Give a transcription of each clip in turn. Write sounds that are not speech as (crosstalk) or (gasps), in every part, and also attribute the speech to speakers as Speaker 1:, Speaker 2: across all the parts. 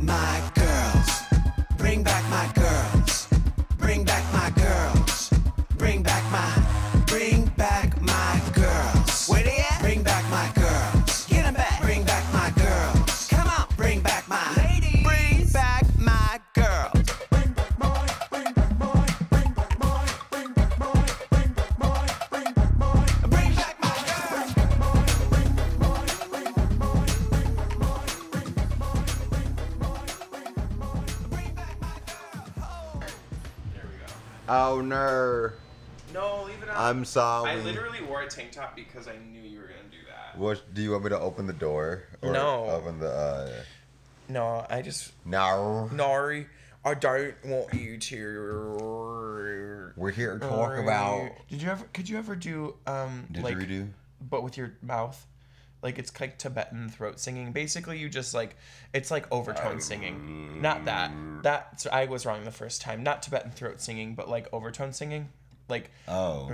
Speaker 1: my girls. Bring back my girls. Bring back my girls. Bring back my. Bring back my girls. Where they at? Bring back my girls. Get 'em back. Bring back my girls. Come on. Bring back my ladies. Bring back my girls. Bring back my girls. Bring back my girls.
Speaker 2: There we go.
Speaker 3: Oh no.
Speaker 2: No, leave it out.
Speaker 3: I'm sorry.
Speaker 2: I literally wore a tank top because I knew you were gonna do that.
Speaker 3: What do you want me to open the door?
Speaker 4: No.
Speaker 3: Open the uh
Speaker 4: No, I just
Speaker 3: No.
Speaker 4: Nari, I don't want you to.
Speaker 3: We're here to talk about
Speaker 4: Did you ever? Could you ever do um? like,
Speaker 3: didgeridoo.
Speaker 4: but with your mouth. Like it's like Tibetan throat singing. Basically, you just like it's like overtone singing. Not that that I was wrong the first time. Not Tibetan throat singing, but like overtone singing. Like
Speaker 3: Oh.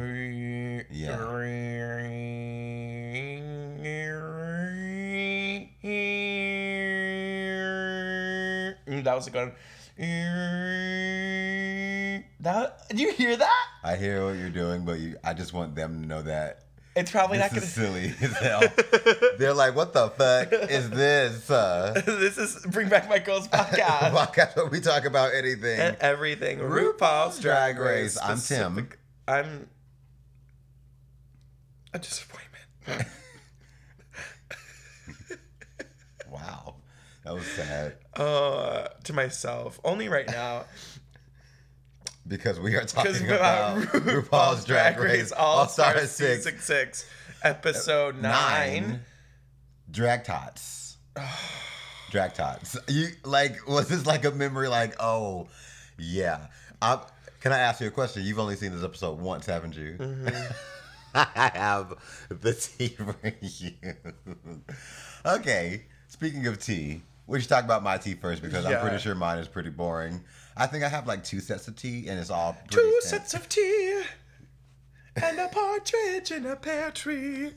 Speaker 4: Mm, That was a good. one. That do you hear that?
Speaker 3: I hear what you're doing, but you, I just want them to know that
Speaker 4: It's probably
Speaker 3: this
Speaker 4: not
Speaker 3: is silly as hell. They're like, what the fuck is this? Uh,
Speaker 4: gonna. (laughs) this is bring back my girls
Speaker 3: (laughs)
Speaker 4: podcast (laughs)
Speaker 3: podcast where we talk about anything.
Speaker 4: and everything. RuPaul's Drag Race.
Speaker 3: I'm Tim.
Speaker 4: specific- I'm a disappointment.
Speaker 3: Wow. That was sad.
Speaker 4: Uh, to myself only right now.
Speaker 3: Because we are
Speaker 4: Because
Speaker 3: talking about
Speaker 4: (laughs) about
Speaker 3: uh, RuPaul's Drag Race All Star
Speaker 4: Six
Speaker 3: 6
Speaker 4: Six Six, episode nine.
Speaker 3: 9 Drag Tots. drag Tots. You like was this like a memory like, "Oh, yeah. I can I ask you a question? You've only seen this episode once, haven't you?
Speaker 4: Mm-hmm.
Speaker 3: (laughs) I have the tea (laughs) for you. okay. Speaking of tea, we should talk about my tea first because I'm
Speaker 4: Yeah.
Speaker 3: pretty sure mine is pretty boring. I think I have like two sets of tea and it's all pretty
Speaker 4: Two
Speaker 3: sim-
Speaker 4: sets of tea and a partridge in a pear tree.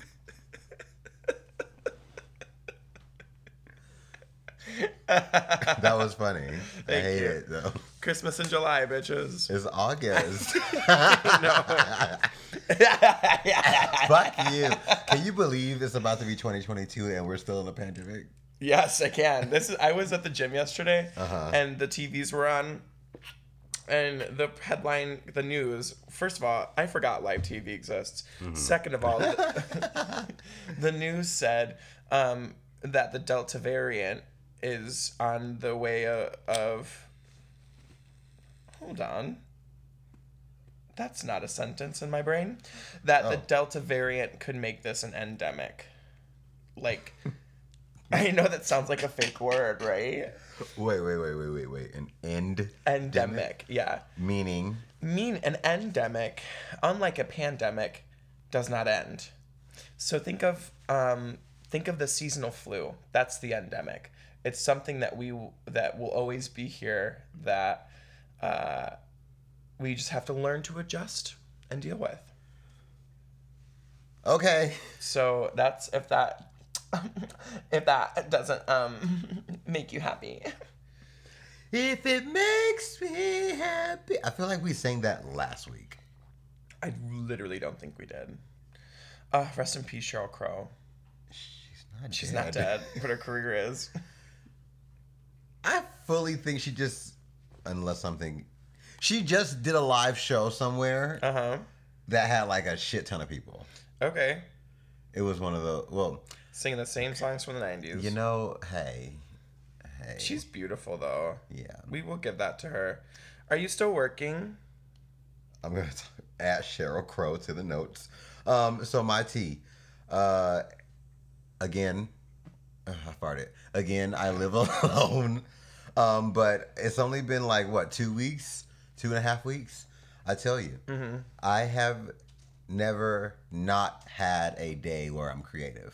Speaker 3: That was
Speaker 4: (laughs)
Speaker 3: funny. I
Speaker 4: Thank
Speaker 3: hate
Speaker 4: you.
Speaker 3: it though.
Speaker 4: Christmas in July, bitches.
Speaker 3: It's (laughs) August.
Speaker 4: yes,
Speaker 3: Fuck you. Can you believe it's about to be 2022 and we're still in a pandemic?
Speaker 4: I can. This is. I was at the gym yesterday,
Speaker 3: Uh-huh.
Speaker 4: and the TVs were on, and the headline, the news. First of all, I forgot live TV exists.
Speaker 3: Mm-hmm.
Speaker 4: Second of
Speaker 3: (laughs)
Speaker 4: all, (laughs) the news said um, that the Delta variant is on the way o- of. Hold on. That's not a sentence in my brain. That the
Speaker 3: Oh.
Speaker 4: Delta variant could make this an endemic. Like, (laughs) I know that sounds like a fake word, right?
Speaker 3: Wait, wait, wait, wait, wait, wait. An end.
Speaker 4: Endemic, yeah.
Speaker 3: Meaning.
Speaker 4: mean an endemic, unlike a pandemic, does not end. So think of um, think of the seasonal flu. That's the endemic. It's something that we that will always be here that uh, we just have to learn to adjust and deal with.
Speaker 3: Okay.
Speaker 4: So that's if that (laughs) if that doesn't um, (laughs) make you happy.
Speaker 3: If it makes me happy. I feel like we sang that last week.
Speaker 4: I literally don't think we did. Uh, rest in peace, Cheryl Crow.
Speaker 3: She's not
Speaker 4: She's not dead, but her career is.
Speaker 3: I fully think she just, unless something, she just did a live show somewhere
Speaker 4: Uh huh.
Speaker 3: that had like a shit ton of people.
Speaker 4: Okay.
Speaker 3: It was one of the, well,
Speaker 4: Singing the same songs from the 90s.
Speaker 3: you know, hey, hey.
Speaker 4: She's beautiful, though.
Speaker 3: yeah.
Speaker 4: We will give that to her. Are you still working?
Speaker 3: I'm gonna t- add Cheryl Crow to the notes. Um, so my tea, uh, again, (sighs) Ugh, I farted again. I live (laughs) alone, um, but it's only been like what two weeks, two and a half weeks. I tell you, I have never not had a day where I'm creative.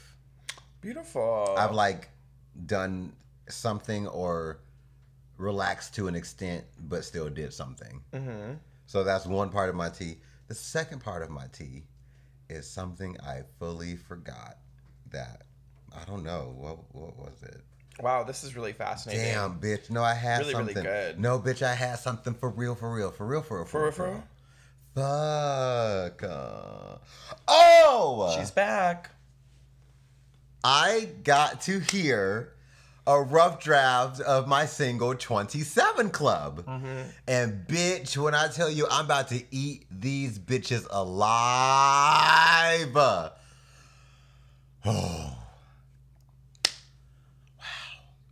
Speaker 4: Beautiful.
Speaker 3: I've like done something or relaxed to an extent, but still did something.
Speaker 4: mm-hmm.
Speaker 3: So that's one part of my tea. The second part of my tea is something I fully forgot that I don't know what what was it.
Speaker 4: Wow, this is really fascinating.
Speaker 3: Damn, bitch. No, I had
Speaker 4: Really, really
Speaker 3: something.
Speaker 4: good.
Speaker 3: No, bitch, I had something for real, for real, for real, for real,
Speaker 4: For real, for real?
Speaker 3: Fuck. uh, Oh!
Speaker 4: She's back.
Speaker 3: I got to hear a rough draft of my single 27 Club.
Speaker 4: Mm-hmm.
Speaker 3: And bitch, when I tell you I'm about to eat these bitches alive. (sighs) Oh. Wow.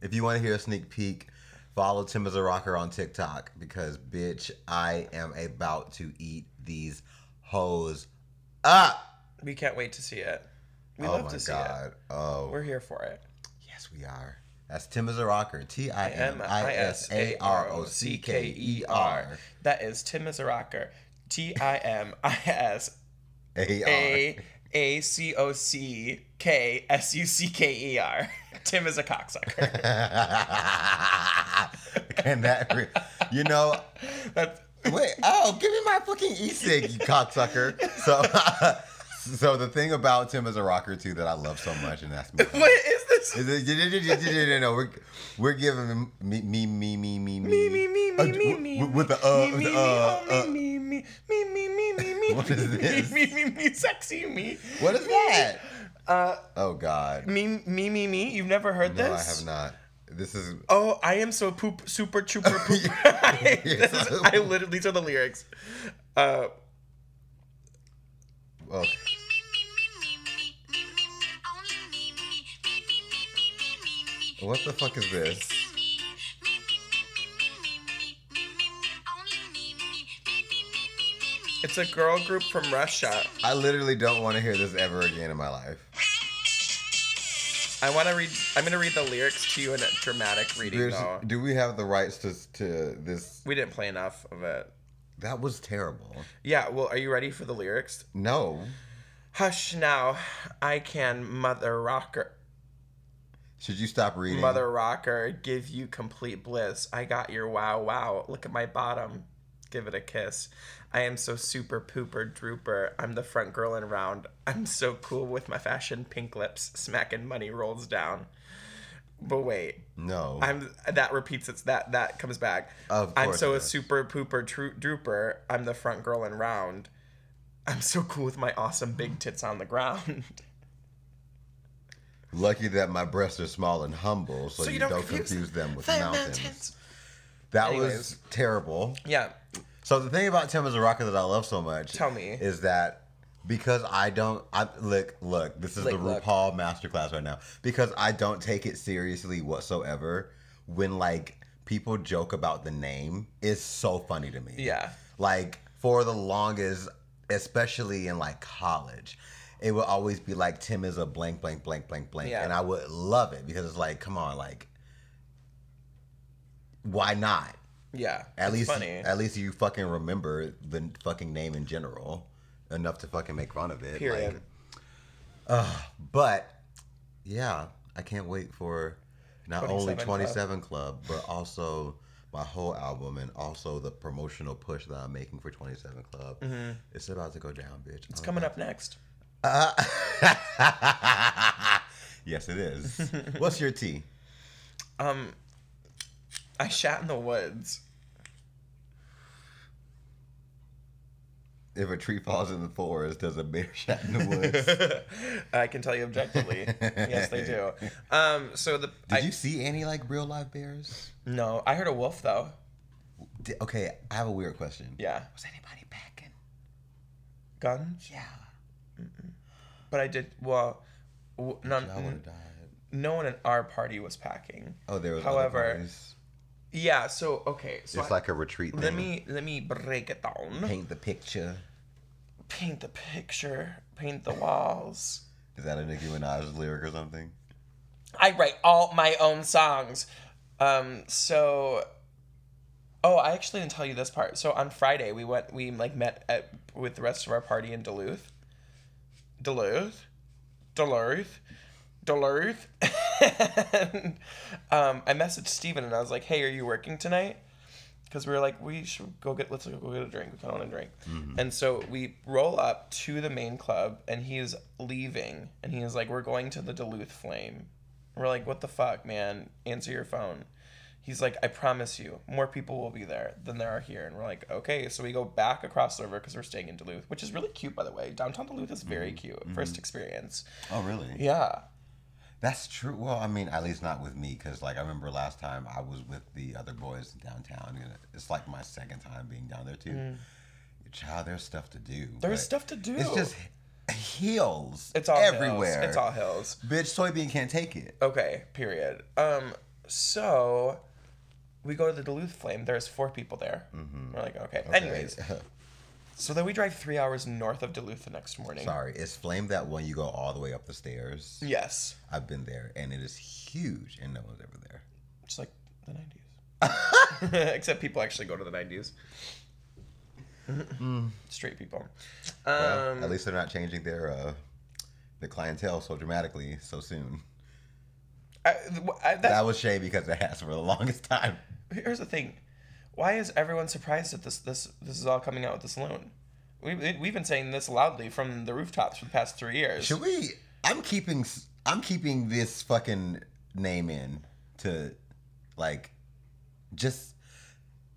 Speaker 3: If you want to hear a sneak peek, follow Tim as a rocker on TikTok because bitch, I am about to eat these hoes up.
Speaker 4: We can't wait to see it. We
Speaker 3: oh
Speaker 4: love
Speaker 3: my
Speaker 4: to see
Speaker 3: god. Oh.
Speaker 4: it. We're here for it.
Speaker 3: Yes, we are. That's Tim is a rocker. T I M I S A R O C K E R
Speaker 4: That is Tim is a rocker. T I M I S
Speaker 3: A
Speaker 4: A A C O C K S U C K E R. (laughs) Tim is a cocksucker.
Speaker 3: R. (laughs) Can that? Re- you know.
Speaker 4: That's
Speaker 3: Wait. Oh, give me my fucking e cig, you cocksucker. So. (laughs) So the thing about Tim is a rocker too that I love so much, and that's me.
Speaker 4: what is this?
Speaker 3: (laughs) Is it- No, we're we're giving him me me me me me
Speaker 4: Me me me
Speaker 3: Uh,
Speaker 4: me me
Speaker 3: w-
Speaker 4: me
Speaker 3: with the uh
Speaker 4: me me
Speaker 3: with the
Speaker 4: me
Speaker 3: uh,
Speaker 4: oh,
Speaker 3: uh
Speaker 4: me me me me me me me
Speaker 3: (laughs) What is
Speaker 4: me,
Speaker 3: this?
Speaker 4: me me me sexy me
Speaker 3: what is
Speaker 4: Me,
Speaker 3: that?
Speaker 4: uh
Speaker 3: Oh God.
Speaker 4: me me me me you've never heard
Speaker 3: No,
Speaker 4: this
Speaker 3: I have not. This is
Speaker 4: Oh, I am so poop, super
Speaker 3: (laughs)
Speaker 4: trooper pooper. (laughs) I, this is- I literally, these are the lyrics. Uh,
Speaker 3: oh,
Speaker 5: What the fuck is this?
Speaker 4: it's a girl group from Russia.
Speaker 3: I literally don't want to hear this ever again in my life.
Speaker 4: I want to read. I'm gonna read the lyrics to you in a dramatic reading,
Speaker 3: There's-
Speaker 4: though.
Speaker 3: do we have the rights to to this?
Speaker 4: We didn't play enough of it.
Speaker 3: That was terrible.
Speaker 4: Yeah. Well, are you ready for the lyrics?
Speaker 3: No,
Speaker 4: Hush now, I can mother rocker,
Speaker 3: should you stop reading?
Speaker 4: mother rocker, give you complete bliss. I got your wow wow. Look at my bottom. Give it a kiss. I am so super pooper drooper. I'm the front girl and round. I'm so cool with my fashion pink lips. Smacking money rolls down. But wait,
Speaker 3: No,
Speaker 4: I'm that repeats it's that that comes back.
Speaker 3: Of
Speaker 4: I'm
Speaker 3: course
Speaker 4: so
Speaker 3: it
Speaker 4: a
Speaker 3: does.
Speaker 4: super pooper tro- drooper. I'm the front girl and round. I'm so cool with my awesome big tits on the
Speaker 3: (laughs)
Speaker 4: ground.
Speaker 3: lucky that my breasts are small and humble, so, you, don't, confuse, them with
Speaker 4: the
Speaker 3: mountains. That was
Speaker 4: Anyways.
Speaker 3: terrible.
Speaker 4: Yeah,
Speaker 3: So the thing about Tim is a rocker that I love so much.
Speaker 4: Tell me.
Speaker 3: is that because I don't. I look, look. This is
Speaker 4: Look,
Speaker 3: the
Speaker 4: look.
Speaker 3: RuPaul masterclass right now because I don't take it seriously whatsoever. When like people joke about the name, it's so funny to me.
Speaker 4: Yeah.
Speaker 3: Like for the longest, especially in like college. It would always be like Tim is a blank, blank, blank, blank, blank,
Speaker 4: Yeah.
Speaker 3: and I would love it because it's like, come on, like, why not?
Speaker 4: yeah.
Speaker 3: At
Speaker 4: it's
Speaker 3: least,
Speaker 4: funny.
Speaker 3: at least you fucking remember the n- fucking name in general enough to fucking make fun of it.
Speaker 4: Period.
Speaker 3: Like, but yeah, I can't wait for not only
Speaker 4: 27 Club.
Speaker 3: 27 Club. but also my whole album and also the promotional push that I'm making for 27 Club. It's about to go down,
Speaker 4: Mm-hmm.
Speaker 3: bitch. Uh,
Speaker 4: it's coming up next.
Speaker 3: (laughs) yes,
Speaker 4: (laughs)
Speaker 3: it is. What's your tea?
Speaker 4: Um, I shat in the woods. (laughs)
Speaker 3: If a tree falls in the forest, does a bear shot in the woods?
Speaker 4: I can tell you
Speaker 3: (laughs)
Speaker 4: objectively. yes, they do. Um, so the I,
Speaker 3: Did you see any like real live bears?
Speaker 4: no, I heard a wolf though.
Speaker 3: Di- okay, I have a weird question.
Speaker 4: Yeah,
Speaker 3: Was anybody packing?
Speaker 4: guns.
Speaker 3: Yeah.
Speaker 4: But I did well. W- none,
Speaker 3: I would have died.
Speaker 4: no one in our party was packing.
Speaker 3: Oh, there was.
Speaker 4: However,
Speaker 3: However,
Speaker 4: Yeah. So okay. So
Speaker 3: it's
Speaker 4: I-
Speaker 3: like a retreat.
Speaker 4: let
Speaker 3: thing.
Speaker 4: me let me break it down.
Speaker 3: paint the picture.
Speaker 4: Paint the picture. Paint the walls.
Speaker 3: Is that a Nicki Minaj lyric or something?
Speaker 4: I write all my own songs. Um, so, oh, I actually didn't tell you this part. So on Friday we went, we like met at, with the rest of our party in Duluth, Duluth, Duluth, Duluth. (laughs) and, um, I messaged Steven and I was like, "Hey, are you working tonight?" Because we were like, we should go get let's go get a drink. We kind of want a drink. And so we roll up to the main club, and he is leaving, and he is like, "We're going to the Duluth Flame." We're like, what the fuck, man? Answer your phone. He's like, I promise you, more people will be there than there are here. And we're like, okay. So we go back across the river because we're staying in Duluth, which is really cute, by the way. Downtown Duluth is very
Speaker 3: Mm-hmm.
Speaker 4: cute. First experience.
Speaker 3: Oh, really?
Speaker 4: Yeah.
Speaker 3: That's true. Well, I mean, at least not with me, because like I remember last time I was with the other boys downtown, and it's like my second time being down there too. Child, there's stuff to do.
Speaker 4: Mm. There's
Speaker 3: but
Speaker 4: stuff to do.
Speaker 3: It's just hills.
Speaker 4: It's all
Speaker 3: everywhere.
Speaker 4: Hills. It's all hills.
Speaker 3: Bitch, soybean can't take it.
Speaker 4: Okay, period. Um, so we go to the Duluth Flame. There's four people there.
Speaker 3: Mm-hmm.
Speaker 4: We're like, okay. Anyways, so then we drive three hours north of Duluth the next morning.
Speaker 3: (laughs) Sorry, it's flame that one you go all the way up the stairs.
Speaker 4: Yes.
Speaker 3: I've been there, and it is huge, and no one's ever there.
Speaker 4: Just like the 90s. (laughs) Except people actually go to the 90s.
Speaker 3: Mm.
Speaker 4: Straight people. Um,
Speaker 3: At least they're not changing their uh, their clientele so dramatically so soon.
Speaker 4: I, th- I, that's
Speaker 3: That was shade because it has for the longest time.
Speaker 4: here's the thing why is everyone surprised that this this this is all coming out with this loan we, we, we've been saying this loudly from the rooftops for the past three years
Speaker 3: Should we? I'm keeping. s- I'm keeping this fucking name in to, like, just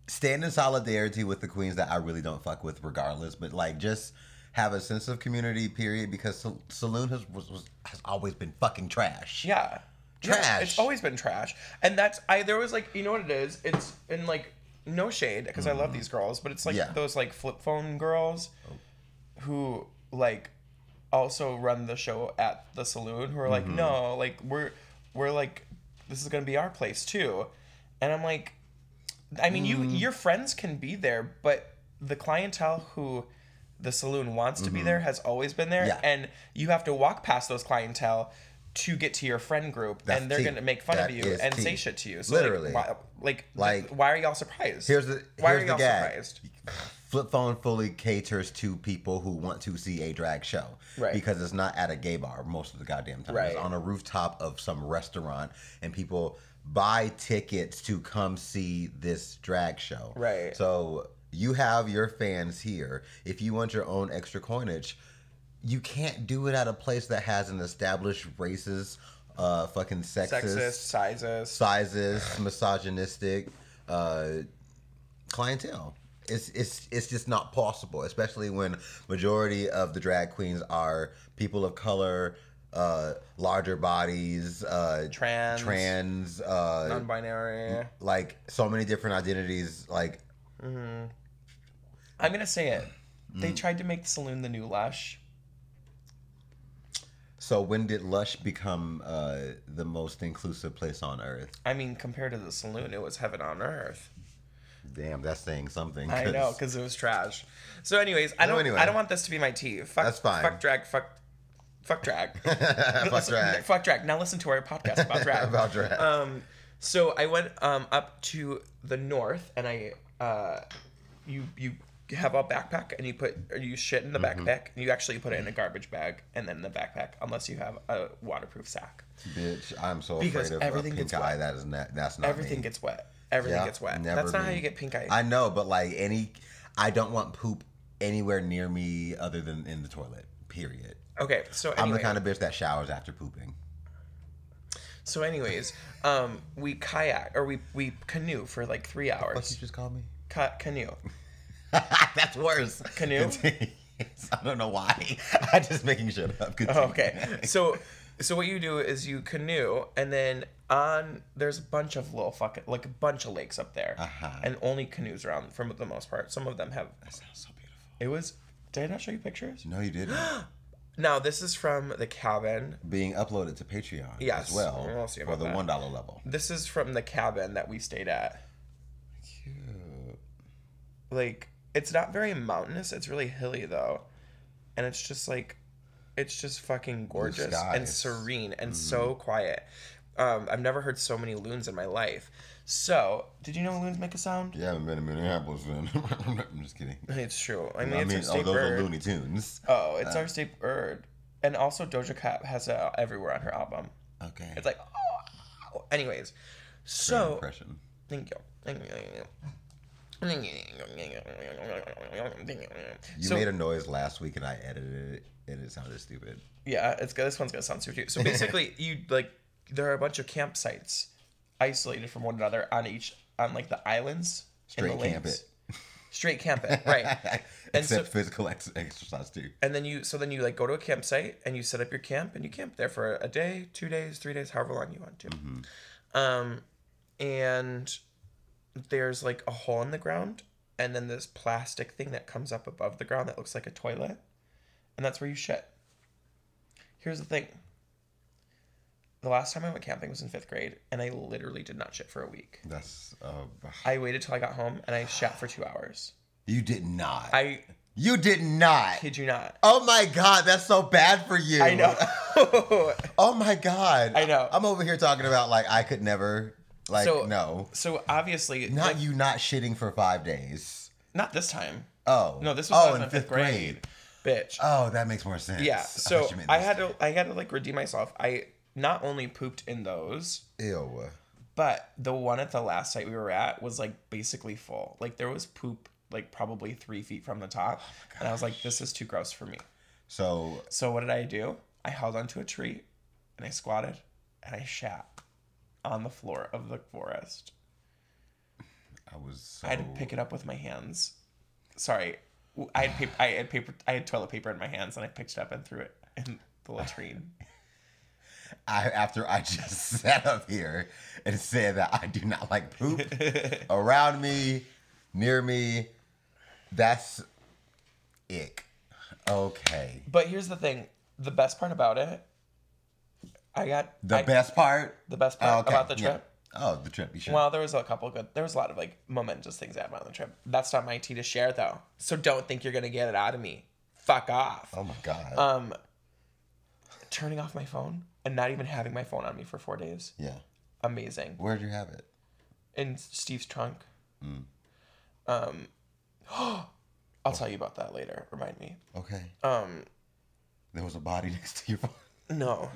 Speaker 3: stand in solidarity with the queens that I really don't fuck with, regardless. But like, just have a sense of community. Period. Because Sal- Saloon has was, was, has always been fucking trash.
Speaker 4: yeah Yeah,
Speaker 3: Trash.
Speaker 4: it's always been trash and that's i there was like you know what it is it's in like no shade because i love these girls but it's like
Speaker 3: Mm-hmm. Yeah. Oh.
Speaker 4: those like flip phone girls who like also run the show at the saloon who are like
Speaker 3: Mm-hmm.
Speaker 4: no like we're we're like this is gonna be our place too and i'm like I mean, you
Speaker 3: Mm.
Speaker 4: your friends can be there, but the clientele who the saloon wants to be there has always been there,
Speaker 3: Mm-hmm. Yeah.
Speaker 4: and you have to walk past those clientele to get to your friend group,
Speaker 3: That's
Speaker 4: and they're
Speaker 3: tea.
Speaker 4: going to make fun
Speaker 3: That
Speaker 4: of you
Speaker 3: is
Speaker 4: and
Speaker 3: tea.
Speaker 4: say shit to you. So
Speaker 3: Literally.
Speaker 4: like, why, like,
Speaker 3: Like-
Speaker 4: like, why are y'all surprised?
Speaker 3: Here's the
Speaker 4: why are
Speaker 3: here's the
Speaker 4: y'all
Speaker 3: gag.
Speaker 4: surprised?
Speaker 3: Flip phone fully caters to people who want to see a drag show,
Speaker 4: Right.
Speaker 3: Because it's not at a gay bar most of the goddamn time. It's
Speaker 4: Right.
Speaker 3: on a rooftop of some restaurant, and people buy tickets to come see this drag show,
Speaker 4: Right.
Speaker 3: So you have your fans here. If you want your own extra coinage, you can't do it at a place that has an established racist, uh, fucking
Speaker 4: Sexist, sizes.
Speaker 3: sizes, misogynistic uh, clientele. It's it's it's just not possible, especially when majority of the drag queens are people of color, uh, larger bodies, uh,
Speaker 4: Trans,
Speaker 3: trans, uh,
Speaker 4: non-binary.
Speaker 3: like so many different identities. Like
Speaker 4: I'm gonna say it. They
Speaker 3: Mm.
Speaker 4: tried to make the saloon the new Lush.
Speaker 3: so, when did Lush become uh, the most inclusive place on earth?
Speaker 4: I mean, compared to the saloon, it was heaven on earth.
Speaker 3: Damn, that's saying something.
Speaker 4: I know because it was trash. So, anyways, I
Speaker 3: No,
Speaker 4: don't.
Speaker 3: anyway.
Speaker 4: I don't want this to be my tea. Fuck,
Speaker 3: That's fine.
Speaker 4: Fuck drag. Fuck. Fuck drag.
Speaker 3: (laughs) fuck
Speaker 4: Listen-
Speaker 3: drag.
Speaker 4: Fuck drag. Now listen to our podcast
Speaker 3: (laughs)
Speaker 4: about drag.
Speaker 3: About drag.
Speaker 4: Um, so I went um up to the north, and I uh, you you have a backpack, and you put or you shit in the
Speaker 3: Mm-hmm.
Speaker 4: backpack, and you actually put it in a garbage bag, and then in the backpack, unless you have a waterproof sack.
Speaker 3: Bitch, I'm so
Speaker 4: Because
Speaker 3: afraid of
Speaker 4: everything
Speaker 3: a pink
Speaker 4: gets
Speaker 3: eye.
Speaker 4: wet.
Speaker 3: That is not. That's not
Speaker 4: Everything
Speaker 3: me.
Speaker 4: gets wet. Everything
Speaker 3: Yeah,
Speaker 4: gets wet.
Speaker 3: never
Speaker 4: That's not how
Speaker 3: me.
Speaker 4: you get pink eye.
Speaker 3: I know, but like any, I don't want poop anywhere near me other than in the toilet. Period.
Speaker 4: okay, so anyway.
Speaker 3: I'm the kind of bitch that showers after pooping.
Speaker 4: So, anyways, um, we kayak or we we canoe for like three
Speaker 3: What you
Speaker 4: hours.
Speaker 3: just called me?
Speaker 4: Ca- canoe.
Speaker 3: (laughs)
Speaker 4: (laughs)
Speaker 3: That's worse.
Speaker 4: Canoe?
Speaker 3: (laughs) I don't know why. (laughs) I'm just making shit up. Continue.
Speaker 4: Oh, Okay. So, so what you do is you canoe, and then on there's a bunch of little fucking like a bunch of lakes up there,
Speaker 3: Uh-huh.
Speaker 4: and only canoes around for the most part. Some of them have.
Speaker 3: That sounds so beautiful.
Speaker 4: It was. Did I not show you pictures?
Speaker 3: No, you didn't.
Speaker 4: (gasps) Now this is from the cabin.
Speaker 3: Being uploaded to Patreon
Speaker 4: Yes,
Speaker 3: as well
Speaker 4: we'll see
Speaker 3: for
Speaker 4: about
Speaker 3: the
Speaker 4: that.
Speaker 3: one dollar level.
Speaker 4: This is from the cabin that we stayed at.
Speaker 3: Cute.
Speaker 4: like it's not very mountainous it's really hilly though and it's just like it's just fucking gorgeous and
Speaker 3: skies. Mm-hmm.
Speaker 4: serene and so quiet um, i've never heard so many loons in my life so did you know loons make a sound
Speaker 3: Yeah, I haven't been in Minneapolis then. (laughs) I'm just kidding.
Speaker 4: it's true i mean
Speaker 3: I
Speaker 4: it's
Speaker 3: mean,
Speaker 4: our
Speaker 3: oh,
Speaker 4: state
Speaker 3: those are
Speaker 4: bird
Speaker 3: Looney Tunes.
Speaker 4: oh it's our state bird and also doja cat has it everywhere on her album
Speaker 3: Okay.
Speaker 4: it's like oh anyways
Speaker 3: Great
Speaker 4: so
Speaker 3: impression.
Speaker 4: Thank you. Thank you. Thank you. Thank you.
Speaker 3: You made a noise last week and I edited it and it sounded stupid. (laughs)
Speaker 4: yeah, it's good. This one's gonna sound stupid too. So basically, you like there are a bunch of campsites isolated from one another on each on like the islands. and
Speaker 3: Straight
Speaker 4: the
Speaker 3: camp
Speaker 4: lakes.
Speaker 3: it.
Speaker 4: Straight camp it,
Speaker 3: (laughs)
Speaker 4: right? And so-
Speaker 3: Except physical ex- exercise too.
Speaker 4: and then you so then you like go to a campsite and you set up your camp and you camp there for a day two days three days however long you want to um and there's like a hole in the ground and then this plastic thing that comes up above the ground that looks like a toilet and that's where you shit here's the thing the last time i went camping was in fifth grade and i literally did not shit for a week
Speaker 3: That's
Speaker 4: um,
Speaker 3: uh,
Speaker 4: i waited till i got home and i shat for two hours
Speaker 3: you did not.
Speaker 4: i
Speaker 3: you did not.
Speaker 4: kid you not
Speaker 3: Oh my god, that's so bad for you.
Speaker 4: i know (laughs)
Speaker 3: (laughs) Oh my god.
Speaker 4: I know.
Speaker 3: I'm over here talking about like I could never. Like
Speaker 4: So-
Speaker 3: no,
Speaker 4: So obviously,
Speaker 3: not
Speaker 4: like,
Speaker 3: you not shitting for five days.
Speaker 4: Not this time.
Speaker 3: Oh
Speaker 4: No, this was
Speaker 3: oh
Speaker 4: when I was in fifth grade, bitch.
Speaker 3: Oh, that makes more sense. (laughs)
Speaker 4: yeah. So
Speaker 3: thought you meant
Speaker 4: I
Speaker 3: this.
Speaker 4: had to, I had to like redeem myself. I not only pooped in those,
Speaker 3: ew.
Speaker 4: but the one at the last site we were at was like basically full. Like there was poop like probably three feet from the top,
Speaker 3: Oh
Speaker 4: and I was like, this is too gross for me.
Speaker 3: So
Speaker 4: So what did I do? I held onto a tree, and I squatted, and I shat on the floor of the forest.
Speaker 3: I was. So,
Speaker 4: I had to pick it up with my hands. Sorry, W- I had paper. I had paper. I had toilet paper in my hands, and I picked it up and threw it (laughs) in the latrine.
Speaker 3: I after I just (laughs) sat up here and said that I do not like
Speaker 4: (laughs)
Speaker 3: poop around me, near me. That's ick. Okay.
Speaker 4: But here's the thing: the best part about it, I got
Speaker 3: The
Speaker 4: I-
Speaker 3: best part.
Speaker 4: The best
Speaker 3: Oh,
Speaker 4: part
Speaker 3: okay,
Speaker 4: about the
Speaker 3: yeah.
Speaker 4: trip.
Speaker 3: Oh, the trip. You should.
Speaker 4: Well, there was a couple good. There was a lot of like momentous things that happened on the trip. That's not my tea to share though. So don't think you're gonna get it out of me. Fuck off.
Speaker 3: oh my god.
Speaker 4: Um, turning off my phone and not even having my phone on me for four days.
Speaker 3: yeah.
Speaker 4: Amazing.
Speaker 3: Where'd you have it?
Speaker 4: in Steve's trunk. Um, (gasps) I'll tell you about that later. Remind me.
Speaker 3: Okay.
Speaker 4: Um,
Speaker 3: There was a body (laughs) next to your phone.
Speaker 4: no,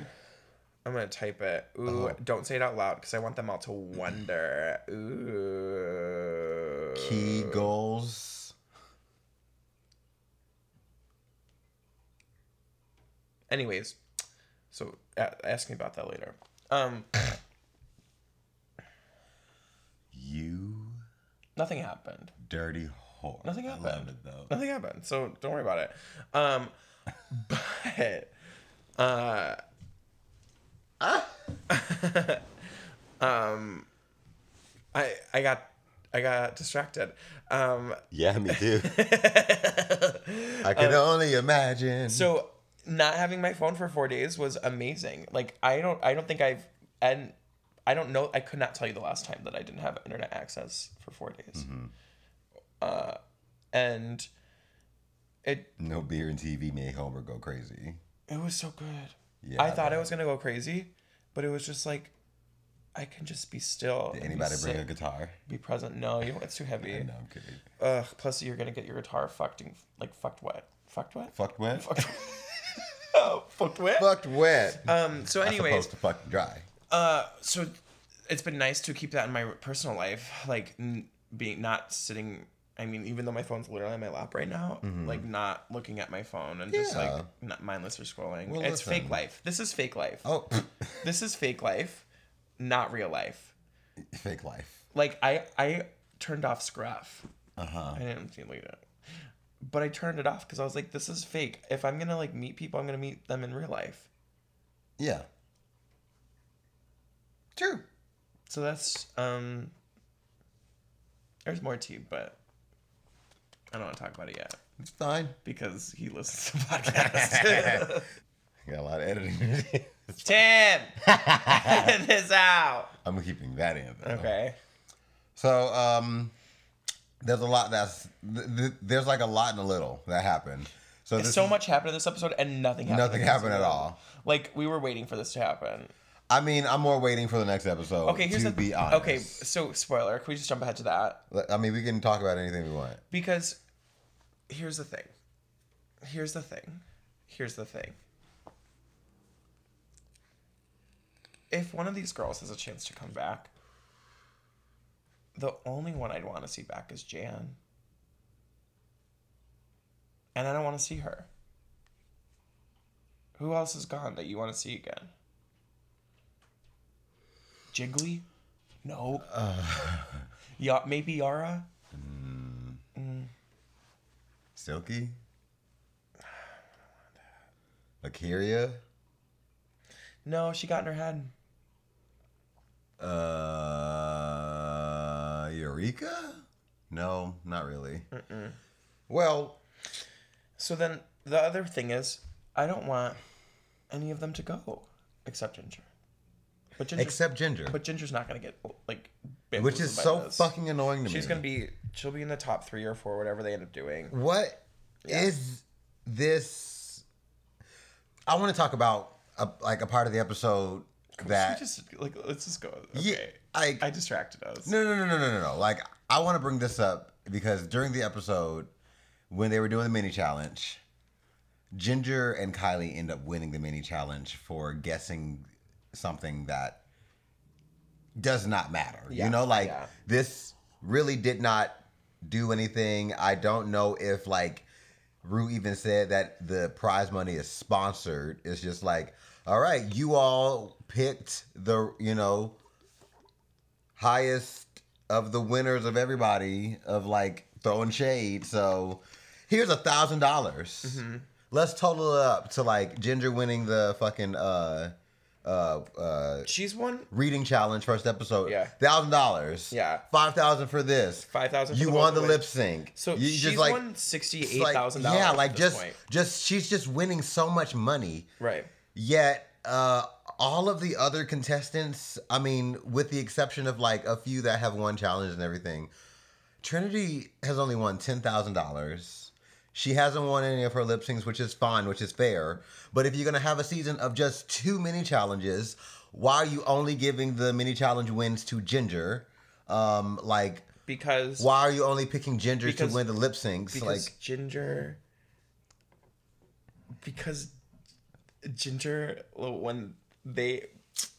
Speaker 4: I'm gonna type it. Ooh, don't say it out loud because I want them all to wonder. Ooh,
Speaker 3: Key goals.
Speaker 4: Anyways, so a- ask me about that later. Um,
Speaker 3: You
Speaker 4: nothing happened.
Speaker 3: dirty whore.
Speaker 4: Nothing
Speaker 3: I loved
Speaker 4: happened.
Speaker 3: it though.
Speaker 4: Nothing happened. So don't worry about it. Um, (laughs) but uh, (laughs) um, I I got I got distracted. Um,
Speaker 3: Yeah,
Speaker 4: (laughs)
Speaker 3: me too. I can only imagine.
Speaker 4: Uh, so not having my phone for four days was amazing. Like I don't I don't think I've and I don't know I could not tell you the last time that I didn't have internet access for four days. Uh, and it
Speaker 3: no beer and TV made Homer go crazy.
Speaker 4: It was so good.
Speaker 3: Yeah,
Speaker 4: I thought
Speaker 3: man.
Speaker 4: I was gonna go crazy, but it was just like, I can just be still.
Speaker 3: Did
Speaker 4: and be
Speaker 3: anybody bring a
Speaker 4: sick,
Speaker 3: guitar?
Speaker 4: Be present. No, you know it's too heavy.
Speaker 3: No, I'm kidding.
Speaker 4: Ugh. Plus, you're gonna get your guitar fucked and like fucked wet. Fucked wet. (laughs)
Speaker 3: Fucked wet.
Speaker 4: Fucked. oh, fucked wet.
Speaker 3: (laughs) Fucked wet.
Speaker 4: Um. So, anyways,
Speaker 3: Supposed to fucking dry.
Speaker 4: uh, so it's been nice to keep that in my personal life, like n- being not sitting. I mean, even though my phone's literally on my lap right now, like not looking at my phone and just
Speaker 3: Mm-hmm. Yeah.
Speaker 4: like not mindless or scrolling.
Speaker 3: Well,
Speaker 4: it's
Speaker 3: listen.
Speaker 4: fake life. This is fake life.
Speaker 3: Oh, (laughs)
Speaker 4: This is fake life, not real life.
Speaker 3: fake life.
Speaker 4: Like I, I turned off Scruff.
Speaker 3: Uh huh.
Speaker 4: I didn't delete it, but I turned it off because I was like, this is fake. If I'm gonna like meet people, I'm gonna meet them in real life.
Speaker 3: Yeah. True.
Speaker 4: So that's um. There's more tea, but I don't want to talk about it yet
Speaker 3: It's fine.
Speaker 4: because he listens to podcasts.
Speaker 3: (laughs) Got a lot of editing. to do. (laughs)
Speaker 4: Tim, (laughs) edit this out.
Speaker 3: I'm keeping that in. though.
Speaker 4: Okay.
Speaker 3: So um, there's a lot that's th- th- there's like a lot and a little that happened. So this
Speaker 4: So
Speaker 3: is-
Speaker 4: much happened in this episode, and nothing happened.
Speaker 3: Nothing
Speaker 4: in this
Speaker 3: happened at
Speaker 4: episode.
Speaker 3: all.
Speaker 4: Like we were waiting for this to happen.
Speaker 3: I mean, I'm more waiting for the next episode.
Speaker 4: Okay, here's
Speaker 3: to
Speaker 4: the
Speaker 3: be honest.
Speaker 4: Okay, so spoiler. Can we just jump ahead to that?
Speaker 3: L- I mean, we can talk about anything we want.
Speaker 4: Because here's the thing. Here's the thing. Here's the thing. If one of these girls has a chance to come back, the only one I'd want to see back is Jan. And I don't want to see her. Who else is gone that you want to see again? Jiggly? No. Ya- maybe Yara?
Speaker 3: Silky? Akira?
Speaker 4: No, she got in her head.
Speaker 3: Uh, Eureka? No, not really. Well,
Speaker 4: So then the other thing is, I don't want any of them to go except Ginger. But Ginger,
Speaker 3: except Ginger,
Speaker 4: but Ginger's not gonna get like
Speaker 3: which
Speaker 4: bamboozled
Speaker 3: is
Speaker 4: by
Speaker 3: so
Speaker 4: this.
Speaker 3: fucking annoying to me.
Speaker 4: She's gonna be she'll be in the top three or four, whatever they end up doing.
Speaker 3: What is this? I want to talk about a, like a part of the episode that
Speaker 4: Should we just like let's just go.
Speaker 3: yeah,
Speaker 4: Okay.
Speaker 3: like
Speaker 4: I distracted us.
Speaker 3: No, no, no, no, no, no, no. Like, I want to bring this up because during the episode, when they were doing the mini challenge, Ginger and Kylie end up winning the mini challenge for guessing something that does not matter.
Speaker 4: Yeah,
Speaker 3: You know, like,
Speaker 4: yeah.
Speaker 3: this really did not do anything. I don't know if, like, Rue even said that the prize money is sponsored. It's just like, all right, you all picked the, you know, highest of the winners of everybody of like throwing shade. So here's a thousand dollars.
Speaker 4: Mm-hmm.
Speaker 3: Let's total it up to like Ginger winning the fucking uh uh uh
Speaker 4: She's one
Speaker 3: reading challenge first episode.
Speaker 4: Yeah.
Speaker 3: Thousand dollars.
Speaker 4: Yeah.
Speaker 3: Five thousand for this.
Speaker 4: five thousand.
Speaker 3: You won the lip sync.
Speaker 4: So
Speaker 3: you
Speaker 4: she's won sixty
Speaker 3: it's
Speaker 4: eight thousand
Speaker 3: like-
Speaker 4: dollars.
Speaker 3: Yeah, like
Speaker 4: at
Speaker 3: just
Speaker 4: this point.
Speaker 3: just she's just winning so much money.
Speaker 4: right.
Speaker 3: Yet, uh, all of the other contestants, I mean, with the exception of like a few that have won challenges and everything, Trinity has only won $10,000. She hasn't won any of her lip syncs, which is fine, which is fair. But if you're going to have a season of just two mini challenges, why are you only giving the mini challenge wins to Ginger? Um, like,
Speaker 4: Because
Speaker 3: why are you only picking Ginger
Speaker 4: Because-
Speaker 3: to win the lip syncs?
Speaker 4: because
Speaker 3: Like,
Speaker 4: Ginger because Ginger when they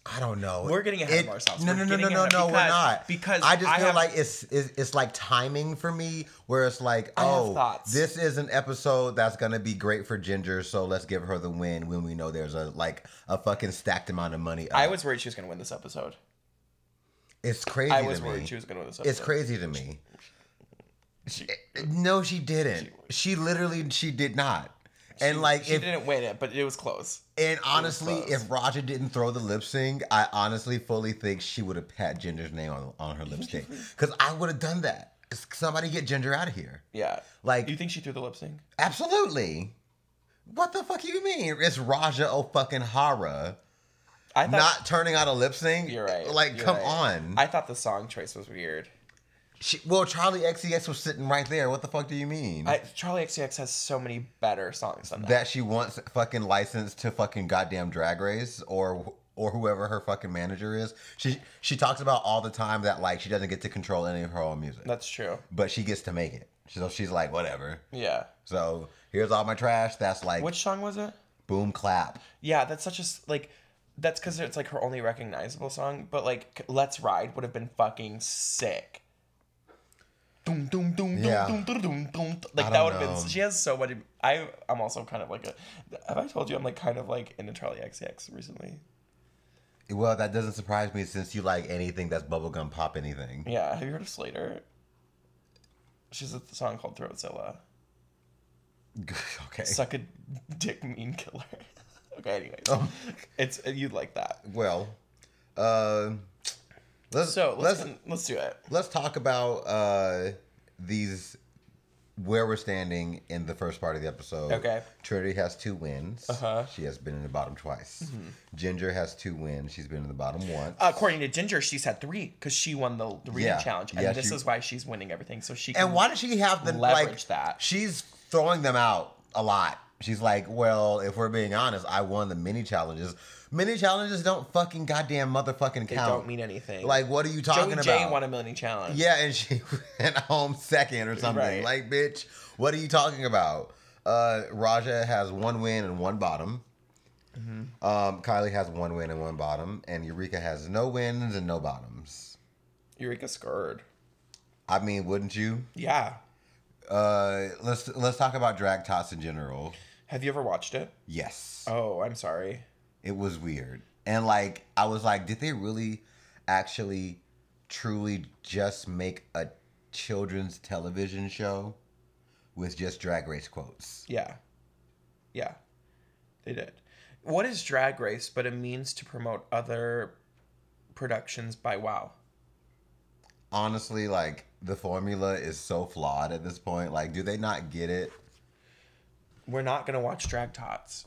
Speaker 3: I don't know.
Speaker 4: We're getting ahead of ourselves.
Speaker 3: No,
Speaker 4: We're
Speaker 3: no, no, no,
Speaker 4: getting
Speaker 3: no,
Speaker 4: ahead-
Speaker 3: no. We're
Speaker 4: because-
Speaker 3: not.
Speaker 4: because
Speaker 3: I just
Speaker 4: I
Speaker 3: feel
Speaker 4: have-
Speaker 3: like it's, it's it's like timing for me, where it's like,
Speaker 4: have
Speaker 3: oh,
Speaker 4: thoughts.
Speaker 3: this is an episode that's gonna be great for Ginger, so let's give her the win when we know there's a like a fucking stacked amount of money. Up.
Speaker 4: I was worried she was gonna win this episode.
Speaker 3: It's crazy.
Speaker 4: I was
Speaker 3: to
Speaker 4: worried
Speaker 3: me.
Speaker 4: she was gonna win this episode.
Speaker 3: It's crazy to me. Eh,
Speaker 4: She,
Speaker 3: No, she didn't. She literally she did not. and like
Speaker 4: she
Speaker 3: if
Speaker 4: didn't win it, but it was close.
Speaker 3: and honestly,
Speaker 4: close.
Speaker 3: if Roger didn't throw the lip sync, I honestly fully think she would have pat Ginger's name on, on
Speaker 4: (laughs)
Speaker 3: her lipstick. Because I would have done that. Somebody get Ginger out of here.
Speaker 4: Yeah.
Speaker 3: Like,
Speaker 4: Do you think she threw the lip sync?
Speaker 3: absolutely. What the fuck you mean? It's Raja O fucking Hara
Speaker 4: I thought
Speaker 3: not turning out a lip sync.
Speaker 4: you're right.
Speaker 3: Like,
Speaker 4: you're
Speaker 3: come
Speaker 4: right.
Speaker 3: on.
Speaker 4: I thought the song choice was weird.
Speaker 3: she, well, Charlie XCX was sitting right there. What the fuck do you mean?
Speaker 4: I, Charlie XCX has so many better songs than that.
Speaker 3: that she wants fucking licensed to fucking goddamn drag race or wh- or whoever her fucking manager is. She she talks about all the time that like she doesn't get to control any of her own music,
Speaker 4: That's true.
Speaker 3: but she gets to make it. So she's like whatever.
Speaker 4: Yeah.
Speaker 3: So here's all my trash. That's like
Speaker 4: Which song was it?
Speaker 3: boom clap.
Speaker 4: Yeah, that's such a s- like. That's because it's like her only recognizable song. But like, c- "Let's Ride" would have been fucking sick. Doom, doom, doom, doom,
Speaker 3: Yeah.
Speaker 4: doom, doom, doom, doom. Like
Speaker 3: I
Speaker 4: that
Speaker 3: don't
Speaker 4: would have been.
Speaker 3: know.
Speaker 4: She has so many. I I'm also kind of like a. Have I told you I'm like kind of like into Charlie XCX recently?
Speaker 3: Well, that doesn't surprise me since you like anything that's bubblegum pop anything. (laughs)
Speaker 4: Yeah. Have you heard of Slater? She's a song called Throatzilla.
Speaker 3: okay.
Speaker 4: Suck a dick, mean killer. (laughs) okay. Anyways, it's you'd like that.
Speaker 3: Well, uh, let's
Speaker 4: So let's
Speaker 3: let's
Speaker 4: let's, do it.
Speaker 3: let's talk about uh these where we're standing in the first part of the episode.
Speaker 4: Okay.
Speaker 3: Trinity has two wins.
Speaker 4: Uh-huh.
Speaker 3: She has been in the bottom twice. Ginger has two wins. She's been in the bottom once.
Speaker 4: According to Ginger, she's had three because she won the the reading
Speaker 3: Yeah.
Speaker 4: challenge, and
Speaker 3: Yeah,
Speaker 4: this
Speaker 3: she-
Speaker 4: is why she's winning everything. So she can,
Speaker 3: and why does she have the
Speaker 4: leverage
Speaker 3: like,
Speaker 4: that.
Speaker 3: She's throwing them out a lot. She's like, well, if we're being honest, I won the mini challenges. Mini challenges don't fucking goddamn motherfucking count.
Speaker 4: they don't mean anything.
Speaker 3: Like, what are you
Speaker 4: Joey
Speaker 3: talking about?
Speaker 4: J won a mini challenge.
Speaker 3: Yeah, and she (laughs) went home second or something.
Speaker 4: Right.
Speaker 3: Like, bitch, what are you talking about? Uh, Raja has one win and one bottom.
Speaker 4: Mm-hmm.
Speaker 3: Um, Kylie has one win and one bottom, and Eureka has no wins and no bottoms.
Speaker 4: Eureka scored.
Speaker 3: I mean, wouldn't you?
Speaker 4: Yeah.
Speaker 3: Uh, let's let's talk about drag tots in general.
Speaker 4: Have you ever watched it?
Speaker 3: Yes,
Speaker 4: Oh, I'm sorry.
Speaker 3: it was weird, and like I was like, did they really? actually truly just make a children's television show with just drag race quotes.
Speaker 4: Yeah. Yeah. They did. What is drag race but a means to promote other productions by wow?
Speaker 3: Honestly, like the formula is so flawed at this point. Like, do they not get it?
Speaker 4: We're not going to watch drag tots.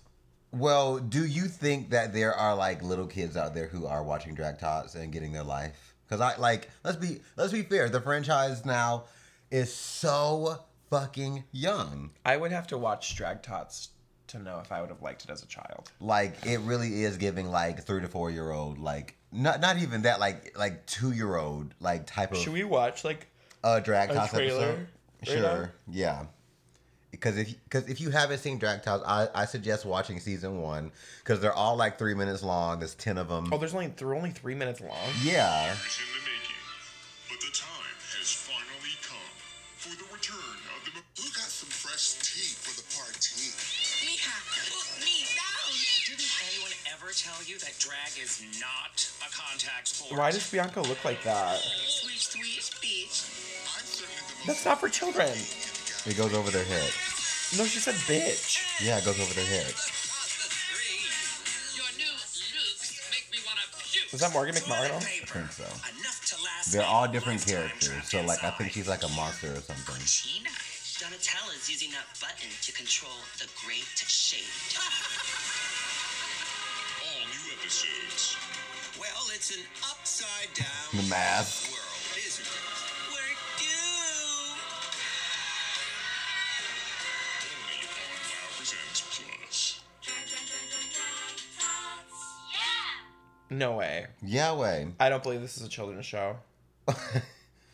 Speaker 3: Well, do you think that there are like little kids out there who are watching drag tots and getting their life? Because I like let's be let's be fair. The franchise now is so fucking young.
Speaker 4: I would have to watch drag tots to know if I would have liked it as a child.
Speaker 3: Like it really is giving like three to four year old like not not even that like like two year old like type of
Speaker 4: Should we watch like
Speaker 3: uh, drag
Speaker 4: a
Speaker 3: tots
Speaker 4: trailer
Speaker 3: episode.
Speaker 4: right
Speaker 3: Sure,
Speaker 4: now?
Speaker 3: yeah. Because if because if you haven't seen Drag Tots, I, I suggest watching season one because they're all like three minutes long. There's ten of them.
Speaker 4: Oh, there's only they're only three minutes long.
Speaker 3: yeah.
Speaker 6: years in the making, but the time has finally come for the return of the. Who got some fresh tea for the party?
Speaker 5: Mija, put
Speaker 7: oh,
Speaker 5: me down.
Speaker 7: Didn't anyone ever tell you that drag is not a contact sport?
Speaker 4: Why does Bianca look like that?
Speaker 5: Sweet, sweet speech.
Speaker 6: I'm certainly the
Speaker 4: That's
Speaker 6: most.
Speaker 4: not for children.
Speaker 3: It goes over their head.
Speaker 4: No, she said bitch.
Speaker 3: Yeah, it goes over their head.
Speaker 7: Your new looks make me want to puke.
Speaker 4: Was that Morgan McMorgan?
Speaker 3: think so.
Speaker 7: Enough to last
Speaker 3: They're
Speaker 7: me
Speaker 3: all
Speaker 7: a
Speaker 3: different
Speaker 7: lifetime
Speaker 3: characters,
Speaker 7: trapped
Speaker 3: so like I think
Speaker 7: inside.
Speaker 3: she's like a monster or something.
Speaker 7: Sheena.
Speaker 8: Donatella's using that button to control the great
Speaker 7: (laughs)
Speaker 8: shape.
Speaker 6: All new episodes.
Speaker 7: Well, it's an upside down
Speaker 3: The mask.
Speaker 7: world, isn't it?
Speaker 8: We're due.
Speaker 6: Only on Wow Presents Plus.
Speaker 4: No way.
Speaker 3: Yahweh.
Speaker 4: I don't believe this is a children's
Speaker 3: (laughs)
Speaker 4: show.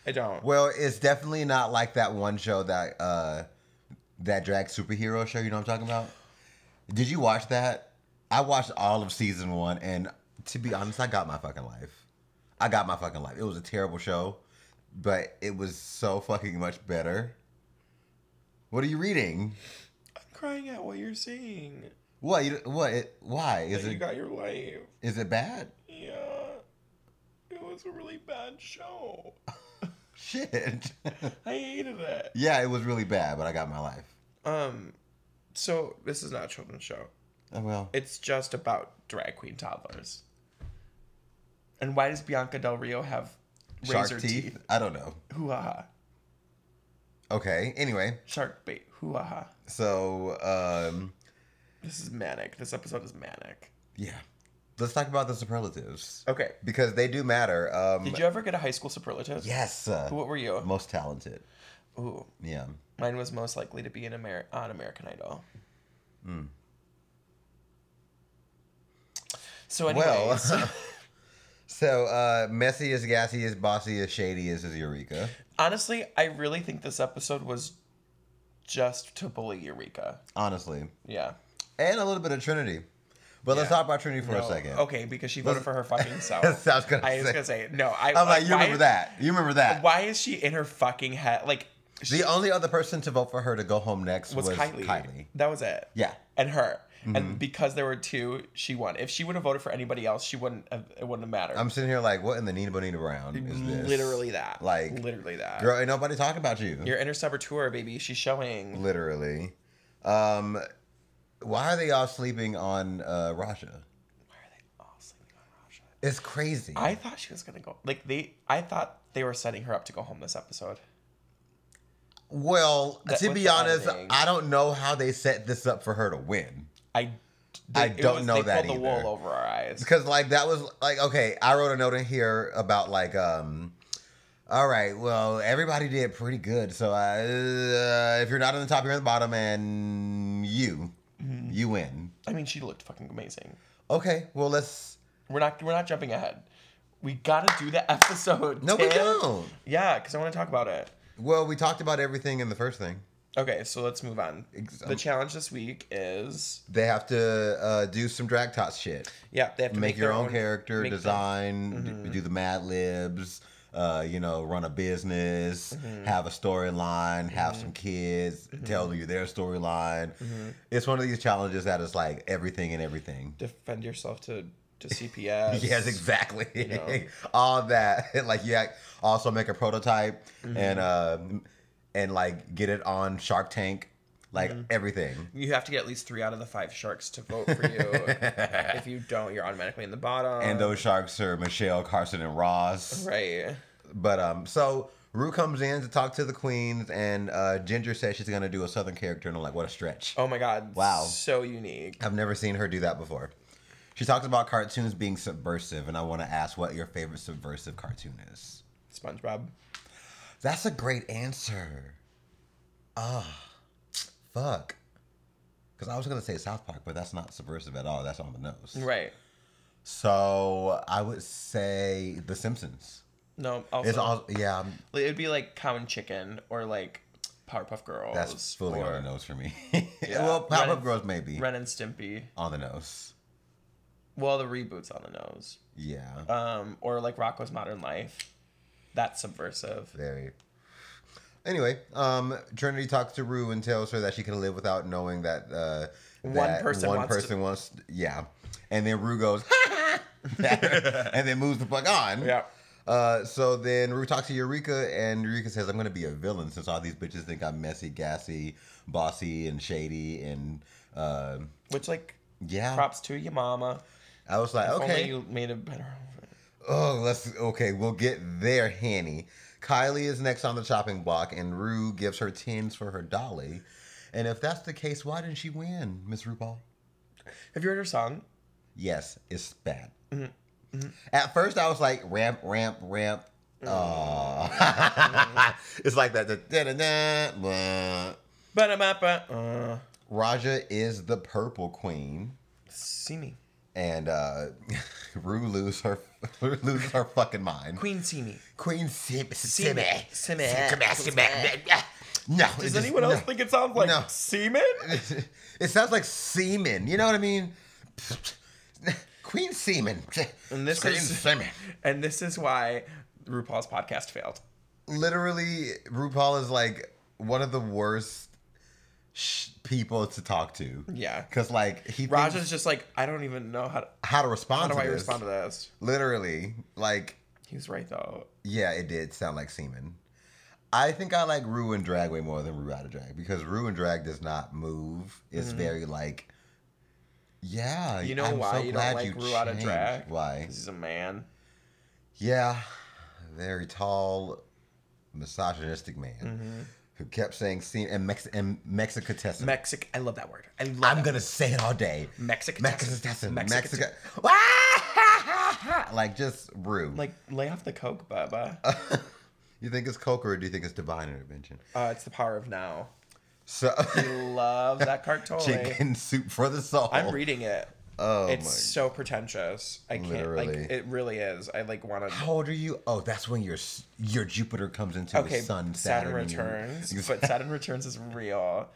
Speaker 4: I don't.
Speaker 3: Well, it's definitely not like that one show that uh that drag superhero show, you know what I'm talking about? Did you watch that? I watched all of season 1 and to be honest, I got my fucking life. I got my fucking life. It was a terrible show, but it was so fucking much better. What are you reading?
Speaker 4: I'm crying at what you're saying.
Speaker 3: What? You, what? It, why is
Speaker 4: That you
Speaker 3: it?
Speaker 4: got your life.
Speaker 3: Is it bad?
Speaker 4: Yeah. It was a really bad show.
Speaker 3: Shit. (laughs)
Speaker 4: I hated it.
Speaker 3: yeah, it was really bad, but I got my life.
Speaker 4: Um, so this is not a children's show.
Speaker 3: Oh well.
Speaker 4: It's just about drag queen toddlers. And why does Bianca Del Rio have
Speaker 3: Shark
Speaker 4: razor
Speaker 3: teeth?
Speaker 4: teeth?
Speaker 3: I don't know.
Speaker 4: Hoo ah ha.
Speaker 3: Okay. Anyway,
Speaker 4: Shark bait. Hoo ah ha.
Speaker 3: so um,
Speaker 4: This is manic. This episode is manic.
Speaker 3: yeah, let's talk about the superlatives
Speaker 4: Okay.
Speaker 3: because they do matter. Um,
Speaker 4: Did you ever get a high school superlative?
Speaker 3: yes. Uh,
Speaker 4: What were you?
Speaker 3: most talented?
Speaker 4: Ooh.
Speaker 3: Yeah.
Speaker 4: Mine was most likely to be an Amer- on American Idol.
Speaker 3: Hmm.
Speaker 4: So anyways,
Speaker 3: Well, (laughs)
Speaker 4: (laughs)
Speaker 3: So uh, messy as gassy as bossy as shady as is Eureka.
Speaker 4: honestly, I really think this episode was just to bully Eureka.
Speaker 3: Honestly,
Speaker 4: Yeah.
Speaker 3: and a little bit of Trinity. But let's
Speaker 4: Yeah.
Speaker 3: talk about Trinity for a
Speaker 4: No.
Speaker 3: second.
Speaker 4: Okay, because she voted for her
Speaker 3: (laughs)
Speaker 4: fucking self.
Speaker 3: That's what I was gonna
Speaker 4: I was
Speaker 3: say.
Speaker 4: gonna say no. I,
Speaker 3: I'm like, you
Speaker 4: why-
Speaker 3: remember that? You remember that?
Speaker 4: Why is she in her fucking head? Like,
Speaker 3: The only other person to vote for her to go home next
Speaker 4: was,
Speaker 3: was,
Speaker 4: Kylie. That was it.
Speaker 3: Yeah. Mm-hmm.
Speaker 4: And her. And because there were two, she won. If she would have voted for anybody else, she wouldn't. Have, it wouldn't have mattered.
Speaker 3: I'm sitting here like, what in the Nina Bonita Brown is this?
Speaker 4: literally that.
Speaker 3: Like,
Speaker 4: literally that.
Speaker 3: Girl, ain't nobody talking about you.
Speaker 4: Your inner saboteur, baby. She's showing.
Speaker 3: literally. Um, why are they all sleeping on uh, Raja?
Speaker 4: Why are they all sleeping on Raja?
Speaker 3: It's crazy.
Speaker 4: I thought she was gonna go. Like they, I thought they were setting her up to go home this episode.
Speaker 3: well,
Speaker 4: That-
Speaker 3: to
Speaker 4: with
Speaker 3: be
Speaker 4: the
Speaker 3: honest,
Speaker 4: editing.
Speaker 3: I don't know how they set this up for her to win.
Speaker 4: I,
Speaker 3: I
Speaker 4: it
Speaker 3: don't know
Speaker 4: they
Speaker 3: that
Speaker 4: pulled the wool
Speaker 3: either.
Speaker 4: over our eyes.
Speaker 3: because like that was like okay i wrote a note in here about like um all right well everybody did pretty good so uh, if you're not on the top you're on the bottom and you
Speaker 4: Mm-hmm.
Speaker 3: you win
Speaker 4: I mean, she looked fucking amazing.
Speaker 3: okay well let's
Speaker 4: We're not, we're not jumping ahead. We gotta do the (laughs) episode.
Speaker 3: no we
Speaker 4: Tim.
Speaker 3: don't
Speaker 4: Yeah, because I want to talk about it.
Speaker 3: well we talked about everything in the first thing
Speaker 4: Okay, so let's move on.
Speaker 3: Ex-
Speaker 4: The challenge this week is
Speaker 3: they have to uh, do some drag tots shit
Speaker 4: yeah they have to
Speaker 3: make,
Speaker 4: make,
Speaker 3: your
Speaker 4: their
Speaker 3: own, character
Speaker 4: make Mm-hmm. their-
Speaker 3: design d- do the mad libs uh, you know run a business
Speaker 4: Mm-hmm.
Speaker 3: have a storyline have some kids tell you their
Speaker 4: Mm-hmm.
Speaker 3: storyline it's one of these challenges that is like everything and everything
Speaker 4: defend yourself to to CPS.
Speaker 3: (laughs) Yes, exactly.
Speaker 4: know.
Speaker 3: (laughs) All that. (laughs) like yeah, also make a prototype and uh,
Speaker 4: Mm-hmm.
Speaker 3: and like get it on Shark Tank. Like
Speaker 4: Mm-hmm.
Speaker 3: everything.
Speaker 4: You have to get at least three out of the five sharks to vote for you.
Speaker 3: (laughs)
Speaker 4: if you don't, you're automatically in the bottom.
Speaker 3: And those sharks are Michelle, Carson, and Ross.
Speaker 4: right.
Speaker 3: But um, so Rue comes in to talk to the queens, and uh, Ginger says she's gonna do a Southern character, and I'm like, what a stretch.
Speaker 4: Oh my God.
Speaker 3: Wow.
Speaker 4: So unique.
Speaker 3: I've never seen her do that before. She talks about cartoons being subversive, and I want to ask what your favorite subversive cartoon is.
Speaker 4: SpongeBob.
Speaker 3: That's a great answer. Ah, fuck. Because I was gonna say South Park, but that's not subversive at all. That's on the nose.
Speaker 4: Right.
Speaker 3: So I would say The Simpsons.
Speaker 4: No. Also,
Speaker 3: It's all yeah. um,
Speaker 4: it would be like Cow and Chicken or like Powerpuff Girls.
Speaker 3: That's fully
Speaker 4: or
Speaker 3: on the nose for me. (laughs)
Speaker 4: Yeah.
Speaker 3: well, Pop
Speaker 4: Ren-
Speaker 3: Up Girls maybe
Speaker 4: Ren and Stimpy.
Speaker 3: on the nose.
Speaker 4: Well, the reboot's on the nose.
Speaker 3: Yeah,
Speaker 4: Um, or like Rocco's Modern Life. That's subversive.
Speaker 3: very. Anyway, um, Trinity talks to Rue and tells her that she can live without knowing that uh,
Speaker 4: One
Speaker 3: that
Speaker 4: person
Speaker 3: one
Speaker 4: wants to-
Speaker 3: person wants. Yeah, and then Rue goes,
Speaker 4: (laughs)
Speaker 3: and then moves the fuck on.
Speaker 4: Yeah.
Speaker 3: Uh, so then Rue talks to Eureka, and Eureka says, "I'm gonna be a villain since all these bitches think I'm messy, gassy, bossy, and shady." And uh,
Speaker 4: Which like
Speaker 3: yeah,
Speaker 4: props to your mama.
Speaker 3: I was like,
Speaker 4: If
Speaker 3: "Okay,
Speaker 4: Only you made a better.
Speaker 3: Oh, let's okay. We'll get there, Hanny. Kylie is next on the chopping block, and Rue gives her tens for her dolly. And if that's the case, why didn't she win, Miss RuPaul?
Speaker 4: Have you heard her song?
Speaker 3: Yes, it's bad. At first, I was like ramp, ramp, ramp. Oh, (laughs) it's like that. da- da- da- da, blah.
Speaker 4: Ba-da-ba-ba. Uh,
Speaker 3: Raja is the purple queen,
Speaker 4: see me.
Speaker 3: and uh, (laughs) Rue lose her (laughs) loses her fucking mind.
Speaker 4: Queen see me.
Speaker 3: Queen Sim Sim
Speaker 4: Simi.
Speaker 3: Sim
Speaker 4: Simi.
Speaker 3: No.
Speaker 4: Does anyone else think it sounds like
Speaker 3: No. (laughs)
Speaker 4: semen?
Speaker 3: think it sounds like semen? You know what I mean? (laughs) Queen (laughs) semen.
Speaker 4: And this
Speaker 3: Queen
Speaker 4: is-
Speaker 3: semen.
Speaker 4: And this is why RuPaul's podcast failed.
Speaker 3: Literally, RuPaul is like one of the worst sh- people to talk to.
Speaker 4: Yeah.
Speaker 3: Because like he
Speaker 4: Raja's
Speaker 3: thinks
Speaker 4: just like, I don't even know how to,
Speaker 3: how to respond
Speaker 4: how do
Speaker 3: to
Speaker 4: I
Speaker 3: this.
Speaker 4: respond to this.
Speaker 3: Literally, like
Speaker 4: He was right though.
Speaker 3: Yeah, it did sound like semen. I think I like Rue and drag way more than Rue out of drag because Rue and drag does not move. It's very like, yeah.
Speaker 4: Mm-hmm. You know
Speaker 3: I'm
Speaker 4: why
Speaker 3: so
Speaker 4: you don't
Speaker 3: glad
Speaker 4: like
Speaker 3: you
Speaker 4: Rue out of
Speaker 3: changed.
Speaker 4: drag?
Speaker 3: Why?
Speaker 4: 'Cause He's a man.
Speaker 3: Yeah, very tall, misogynistic man
Speaker 4: Mm-hmm.
Speaker 3: who kept saying semen and, Mex- and Mexicatessin.
Speaker 4: Mexic. I love that word. I love.
Speaker 3: I'm
Speaker 4: that
Speaker 3: gonna say it all day.
Speaker 4: Mexicatessin.
Speaker 3: Mexicatessin.
Speaker 4: Mexicatessin.
Speaker 3: Mexica. (laughs) like just Rue.
Speaker 4: word. Like lay off the coke, Bubba.
Speaker 3: (laughs) you think it's coke or do you think it's divine intervention?
Speaker 4: Uh, it's the power of now. (laughs)
Speaker 3: So.
Speaker 4: Love that
Speaker 3: (laughs)
Speaker 4: cartole.
Speaker 3: chicken soup for the soul.
Speaker 4: I'm reading it.
Speaker 3: Oh
Speaker 4: it's
Speaker 3: my!
Speaker 4: so pretentious. I can't. Like
Speaker 3: Literally.
Speaker 4: it really is. I like want to.
Speaker 3: How old are you? Oh, that's when your s- your Jupiter comes into
Speaker 4: Okay,
Speaker 3: the
Speaker 4: Saturn,
Speaker 3: sun. Saturn, and your-
Speaker 4: returns, but Saturn returns is real.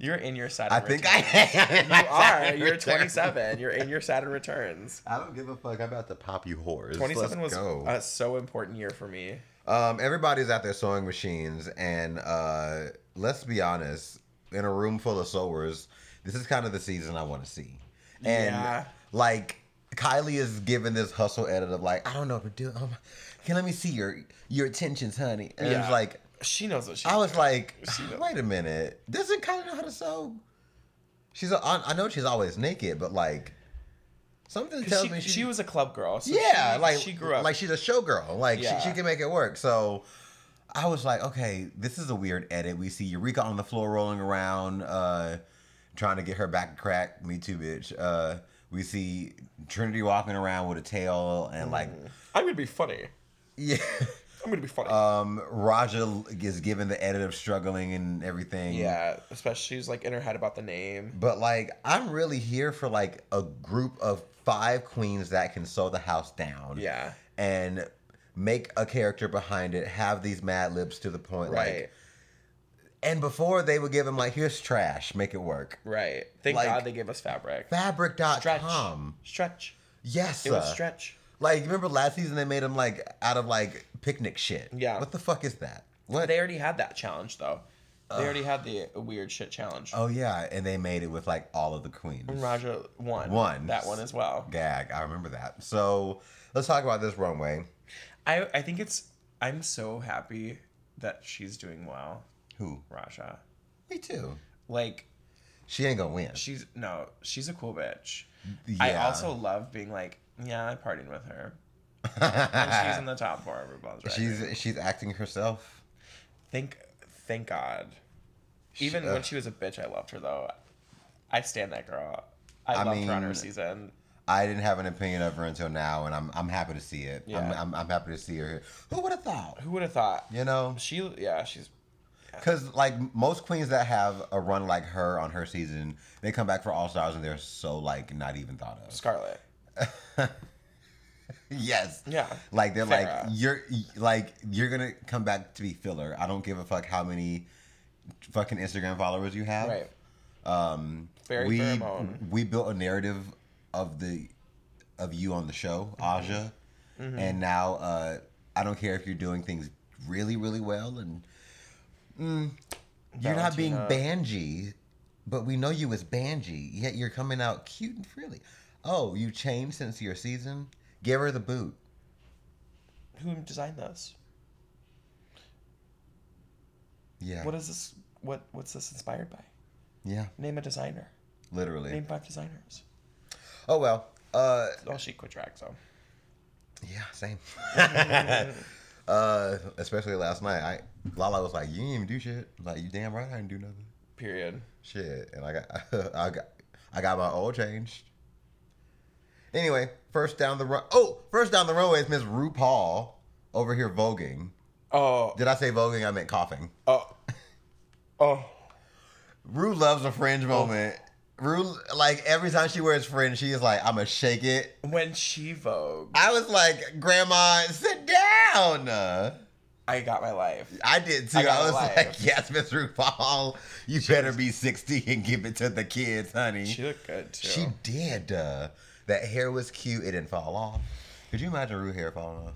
Speaker 4: You're in your Saturn.
Speaker 3: (laughs) I think
Speaker 4: returns.
Speaker 3: (laughs) I
Speaker 4: You are. You're 27. You're in your Saturn
Speaker 3: (laughs)
Speaker 4: returns.
Speaker 3: I don't give a fuck. I'm about to pop you whores.
Speaker 4: 27 was
Speaker 3: Let's
Speaker 4: uh,
Speaker 3: go.
Speaker 4: a so important year for me.
Speaker 3: Um, everybody's out there sewing machines, and uh, let's be honest, in a room full of sewers, this is kind of the season I want to see. And
Speaker 4: Yeah.
Speaker 3: like Kylie is giving this hustle edit of like, I don't know what to do. Um, can let me see your your attentions, honey. And
Speaker 4: Yeah.
Speaker 3: it's like
Speaker 4: She knows what she.
Speaker 3: I was like,
Speaker 4: knows.
Speaker 3: wait a minute, doesn't Kylie know how to sew? She's a, I, I know she's always naked, but like something tells
Speaker 4: she,
Speaker 3: me
Speaker 4: she was a club girl. So
Speaker 3: yeah,
Speaker 4: she,
Speaker 3: like
Speaker 4: she grew up.
Speaker 3: like she's a showgirl. Like
Speaker 4: Yeah.
Speaker 3: she, she can make it work. So I was like, okay, this is a weird edit. We see Eureka on the floor rolling around, uh, trying to get her back to crack. Me too, bitch. Uh, we see Trinity walking around with a tail and like
Speaker 4: I'm gonna be funny.
Speaker 3: (laughs) yeah.
Speaker 4: I'm gonna be funny.
Speaker 3: Um, Raja is given the edit of struggling and everything.
Speaker 4: yeah, especially she's like in her head about the name.
Speaker 3: But like, I'm really here for like a group of five queens that can sew the house down.
Speaker 4: Yeah.
Speaker 3: and make a character behind it, have these mad libs to the point
Speaker 4: Right.
Speaker 3: like and before they would give him like here's trash, make it work.
Speaker 4: right. Thank
Speaker 3: like-
Speaker 4: God they gave us fabric. Stretch.
Speaker 3: Fabric.com.
Speaker 4: Stretch.
Speaker 3: Yes.
Speaker 4: It was
Speaker 3: uh,
Speaker 4: stretch.
Speaker 3: Like remember last season they made him like out of like picnic shit.
Speaker 4: Yeah.
Speaker 3: What the fuck is that? What
Speaker 4: They already had that challenge though. They already had the weird shit challenge.
Speaker 3: Oh yeah, and they made it with like all of the queens.
Speaker 4: And Raja won.
Speaker 3: Won.
Speaker 4: That one as well.
Speaker 3: Gag, I remember that. So let's talk about this runway.
Speaker 4: I, I think it's. I'm so happy that she's doing well,
Speaker 3: Who?
Speaker 4: Raja.
Speaker 3: Me too.
Speaker 4: Like,
Speaker 3: She ain't gonna win.
Speaker 4: she's. No, she's a cool bitch.
Speaker 3: yeah.
Speaker 4: I also love being like, yeah, I partied with her. And
Speaker 3: (laughs)
Speaker 4: she's in the top four of RuPaul's Drag Race.
Speaker 3: she's she's acting herself.
Speaker 4: Thank, thank God. Even
Speaker 3: She- uh,
Speaker 4: when
Speaker 3: ugh.
Speaker 4: she was a bitch, I loved her though. I stand that girl. I,
Speaker 3: I
Speaker 4: loved her on her
Speaker 3: mean-
Speaker 4: season.
Speaker 3: I didn't have an opinion of her until now, and I'm I'm happy to see it. I'm,
Speaker 4: Yeah.
Speaker 3: I'm I'm happy to see her here. Who would have thought?
Speaker 4: Who would have thought?
Speaker 3: You know,
Speaker 4: She, yeah, she's
Speaker 3: because like most queens that have a run like her on her season, they come back for All Stars and they're so like not even thought of.
Speaker 4: Scarlet.
Speaker 3: Yes.
Speaker 4: Yeah.
Speaker 3: Like they're like
Speaker 4: Farrah.
Speaker 3: you're like you're gonna come back to be filler. I don't give a fuck how many fucking Instagram followers you have.
Speaker 4: Right.
Speaker 3: Um,
Speaker 4: Very
Speaker 3: we
Speaker 4: pheromone.
Speaker 3: we built a narrative of the of you on the show,
Speaker 4: Mm-hmm.
Speaker 3: Aja, and now uh, I don't care if you're doing things really really well and mm, you're not being Banji, but we know you as Banji. Yet you're coming out cute and frilly. Oh, you changed since your season. Give her the boot.
Speaker 4: Who designed this?
Speaker 3: Yeah.
Speaker 4: What is this? What what's this inspired by?
Speaker 3: yeah.
Speaker 4: Name a designer.
Speaker 3: Literally.
Speaker 4: Name five designers.
Speaker 3: Oh well. Uh,
Speaker 4: Well, she quit drag, so
Speaker 3: yeah, same. (laughs) uh, especially last night, I Lala was like, "You didn't even do shit." I'm like, you damn right, I didn't do nothing.
Speaker 4: period.
Speaker 3: Shit, and I got, (laughs) I got, I got my oil changed. Anyway, first down the run. Oh, first down the runway is Miss RuPaul over here voguing. (laughs)
Speaker 4: Oh
Speaker 3: Did I say voguing? I meant coughing.
Speaker 4: oh oh.
Speaker 3: Rue loves a fringe moment. Rue, like every time she wears fringe, she is like, "I'ma shake it."
Speaker 4: When she vogue,
Speaker 3: I was like, "Grandma, sit down."
Speaker 4: I got my life.
Speaker 3: I did too.
Speaker 4: I got
Speaker 3: I, was
Speaker 4: live.
Speaker 3: like, yes, Miss RuPaul, you better be 60 and give it to the kids, honey.
Speaker 4: She looked good too.
Speaker 3: She did. Uh, that hair was cute. It didn't fall off. Could you imagine Rue hair falling off?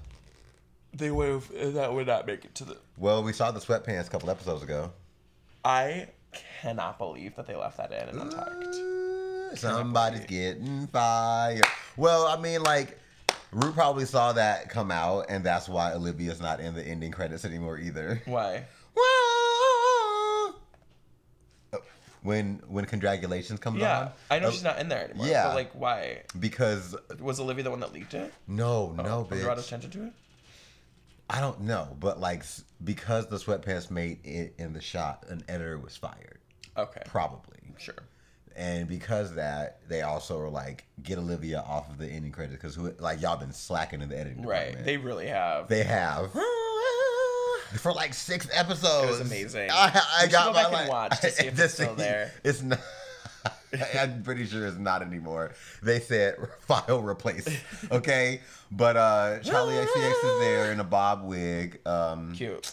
Speaker 4: they would have. That would not make it to the.
Speaker 3: Well, we saw the sweatpants a couple episodes ago.
Speaker 4: I cannot believe that they left that in and untucked.
Speaker 3: Ooh, Somebody's getting fired. Well, I mean, like, Rue probably saw that come out, and that's why Olivia's not in the ending credits anymore either. (laughs)
Speaker 4: Why?
Speaker 3: Uh, When when congratulations comes
Speaker 4: Yeah,
Speaker 3: on,
Speaker 4: I know
Speaker 3: Oh,
Speaker 4: she's not in there anymore.
Speaker 3: yeah.
Speaker 4: but like, why
Speaker 3: because
Speaker 4: was Olivia the one that leaked it?
Speaker 3: no, no,
Speaker 4: Who brought
Speaker 3: bitch.
Speaker 4: attention to it?
Speaker 3: I don't know, but like s- because the sweatpants made it in the shot, an editor was fired,
Speaker 4: Okay,
Speaker 3: probably,
Speaker 4: sure.
Speaker 3: and because of that they also were like get Olivia off of the ending credits because who like y'all been slacking in the editing
Speaker 4: Right, they
Speaker 3: department.
Speaker 4: really have.
Speaker 3: They have. For like six episodes,
Speaker 4: amazing.
Speaker 3: I, I
Speaker 4: You should
Speaker 3: got
Speaker 4: go
Speaker 3: my
Speaker 4: back and
Speaker 3: like-
Speaker 4: watch to
Speaker 3: (laughs)
Speaker 4: see if
Speaker 3: to
Speaker 4: it's still there.
Speaker 3: It's not. (laughs) I'm pretty sure it's not anymore. They said (laughs)
Speaker 4: (laughs)
Speaker 3: file replace. Okay, but uh Charlie XCX is there in a bob wig. Um,
Speaker 4: (laughs) Cute.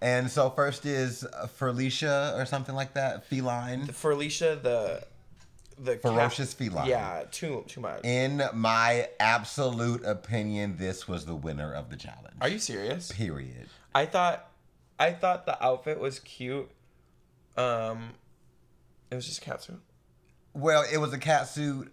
Speaker 3: and so first is Felicia or something like that. Feline.
Speaker 4: For Alicia, the the cat-
Speaker 3: Ferocious feline.
Speaker 4: Yeah, too too much.
Speaker 3: In my absolute opinion, this was the winner of the challenge.
Speaker 4: Are you serious?
Speaker 3: Period.
Speaker 4: I thought I thought the outfit was cute. Um, it was just a catsuit.
Speaker 3: Well, it was a cat suit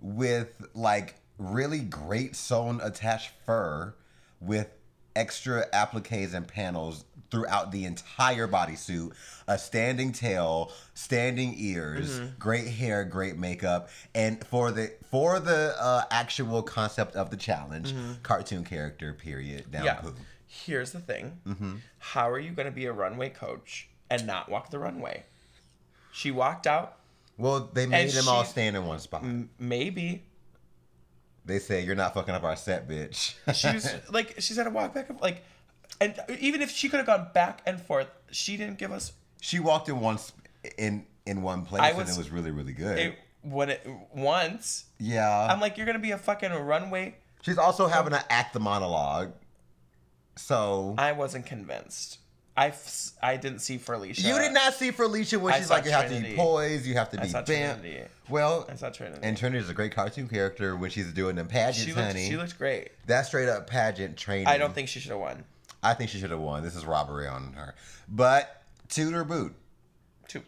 Speaker 3: with like really great sewn attached fur with extra appliques and panels throughout the entire bodysuit, a standing tail, standing ears,
Speaker 4: Mm-hmm.
Speaker 3: great hair, great makeup, and for the for the uh, actual concept of the challenge, cartoon character period down
Speaker 4: Mm-hmm.
Speaker 3: Mm-hmm.
Speaker 4: Yeah.
Speaker 3: poo.
Speaker 4: Here's the thing. How are you going to be a runway coach and not walk the runway? She walked out.
Speaker 3: Well, they made them all
Speaker 4: she- Mm.
Speaker 3: stand in one spot.
Speaker 4: m- Maybe
Speaker 3: They said you're not fucking up our set, bitch. (laughs)
Speaker 4: she was like she's had to walk back and like, and even if she could have gone back and forth, she didn't give us
Speaker 3: She walked in one sp- in in one place
Speaker 4: I
Speaker 3: and
Speaker 4: was-
Speaker 3: it was really really good.
Speaker 4: it when it once.
Speaker 3: yeah,
Speaker 4: I'm like, you're gonna be a fucking runway.
Speaker 3: she's also having to act the monologue. So
Speaker 4: I wasn't convinced. I, f- I didn't see Felicia.
Speaker 3: you did not see Felicia when
Speaker 4: I
Speaker 3: she's
Speaker 4: saw
Speaker 3: like you have to be
Speaker 4: Trinity.
Speaker 3: poised, you have to be
Speaker 4: saw
Speaker 3: bent.
Speaker 4: Trinity.
Speaker 3: Well,
Speaker 4: I saw Trinity.
Speaker 3: and Trinity's a great cartoon character when she's doing them pageants,
Speaker 4: she looked,
Speaker 3: honey.
Speaker 4: she looked great.
Speaker 3: That's straight up pageant training.
Speaker 4: I don't think she should have won.
Speaker 3: I think she should have won. This is robbery on her, but Toot or boot?
Speaker 4: To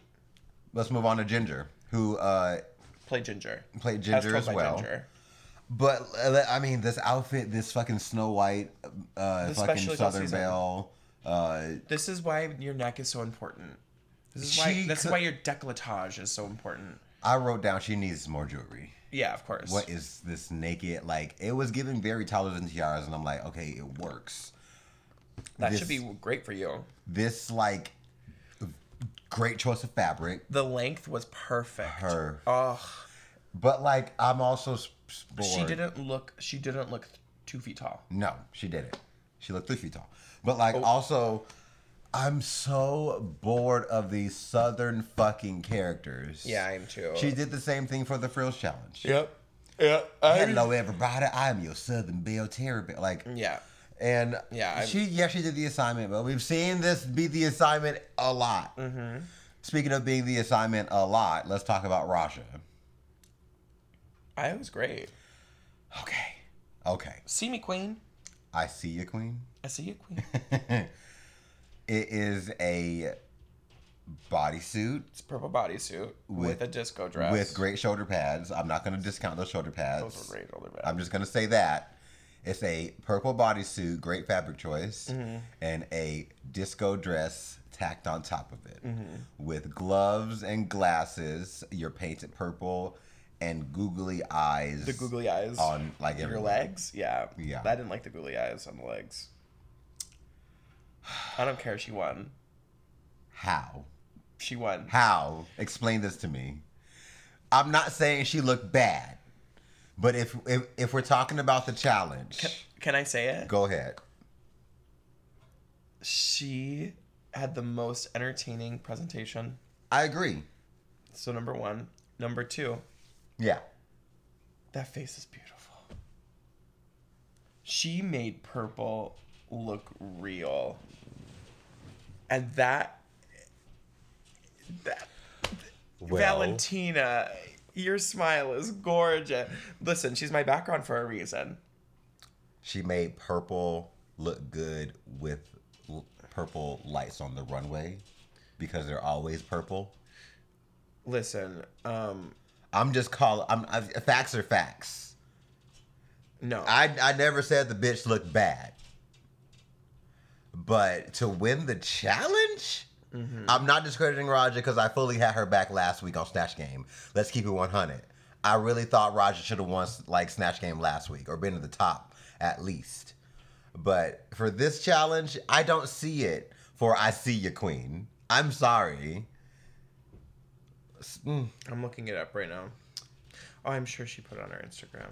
Speaker 3: Let's move on to Ginger, who uh,
Speaker 4: play Ginger.
Speaker 3: played
Speaker 4: As
Speaker 3: Ginger
Speaker 4: told
Speaker 3: as,
Speaker 4: by
Speaker 3: well.
Speaker 4: Ginger.
Speaker 3: But uh, I mean, this outfit, this fucking Snow White, uh,
Speaker 4: The
Speaker 3: fucking
Speaker 4: special
Speaker 3: Southern
Speaker 4: season.
Speaker 3: Belle. Uh,
Speaker 4: This is why your neck is so important. This is
Speaker 3: She
Speaker 4: why. That's
Speaker 3: could-
Speaker 4: why your decolletage is so important.
Speaker 3: I wrote down she needs more jewelry.
Speaker 4: Yeah, of course.
Speaker 3: What is this naked? Like it was giving very towers and tiaras, and I'm like, okay, it works.
Speaker 4: that
Speaker 3: this-
Speaker 4: should be great for you.
Speaker 3: This like great choice of fabric,
Speaker 4: The length was perfect.
Speaker 3: Her.
Speaker 4: Ugh.
Speaker 3: but like I'm also s- s- bored.
Speaker 4: She didn't look. She didn't look two feet tall.
Speaker 3: No, she did it. She looked three feet tall. But like
Speaker 4: Oh.
Speaker 3: also, I'm so bored of these southern fucking characters.
Speaker 4: Yeah, I am too.
Speaker 3: She did the same thing for the frills challenge.
Speaker 4: Yep. Yep. I-
Speaker 3: Hello, everybody. I'm your Southern Belle Terror Belle. Like,
Speaker 4: Yeah.
Speaker 3: and
Speaker 4: Yeah, I-
Speaker 3: she yeah she did the assignment, but we've seen this be the assignment a lot.
Speaker 4: Mm-hmm.
Speaker 3: Speaking of being the assignment a lot, let's talk about Raja.
Speaker 4: I was great.
Speaker 3: Okay. Okay.
Speaker 4: See me, queen.
Speaker 3: I see you, Queen.
Speaker 4: I see you,
Speaker 3: (laughs)
Speaker 4: queen.
Speaker 3: it is a bodysuit
Speaker 4: It's purple bodysuit with,
Speaker 3: With-
Speaker 4: a disco dress.
Speaker 3: with great shoulder pads. I'm not going to discount those shoulder pads.
Speaker 4: Those were great older men.
Speaker 3: I'm just gonna say that it's a purple bodysuit, great fabric choice,
Speaker 4: Mm-hmm.
Speaker 3: and a disco dress tacked on top of it
Speaker 4: Mm-hmm.
Speaker 3: with gloves and glasses. You're painted purple and googly eyes.
Speaker 4: the googly eyes
Speaker 3: on like
Speaker 4: your
Speaker 3: everyone.
Speaker 4: legs. Yeah.
Speaker 3: Yeah.
Speaker 4: I didn't like the googly eyes on the legs. I don't care. She won.
Speaker 3: How?
Speaker 4: She won.
Speaker 3: How? Explain this to me. I'm not saying she looked bad, but if if, if we're talking about the challenge,
Speaker 4: Can I say it?
Speaker 3: go ahead.
Speaker 4: She had the most entertaining presentation.
Speaker 3: I agree.
Speaker 4: So number one, number two,
Speaker 3: Yeah.
Speaker 4: that face is beautiful. She made purple look real, and that that Valentina, your smile is gorgeous. Listen, she's my background for a reason.
Speaker 3: She made purple look good with l- purple lights on the runway because they're always purple.
Speaker 4: Listen, um,
Speaker 3: I'm just calling. I'm I, facts are facts.
Speaker 4: no,
Speaker 3: I I never said the bitch looked bad, but to win the challenge. I'm not discrediting Roger because I fully had her back last week on Snatch Game. Let's keep it 100. I really thought Roger should have won like Snatch Game last week or been to the top at least. But for this challenge, I don't see it for I see you, Queen. I'm sorry.
Speaker 4: I'm looking it up right now. Oh, I'm sure she put it on her Instagram.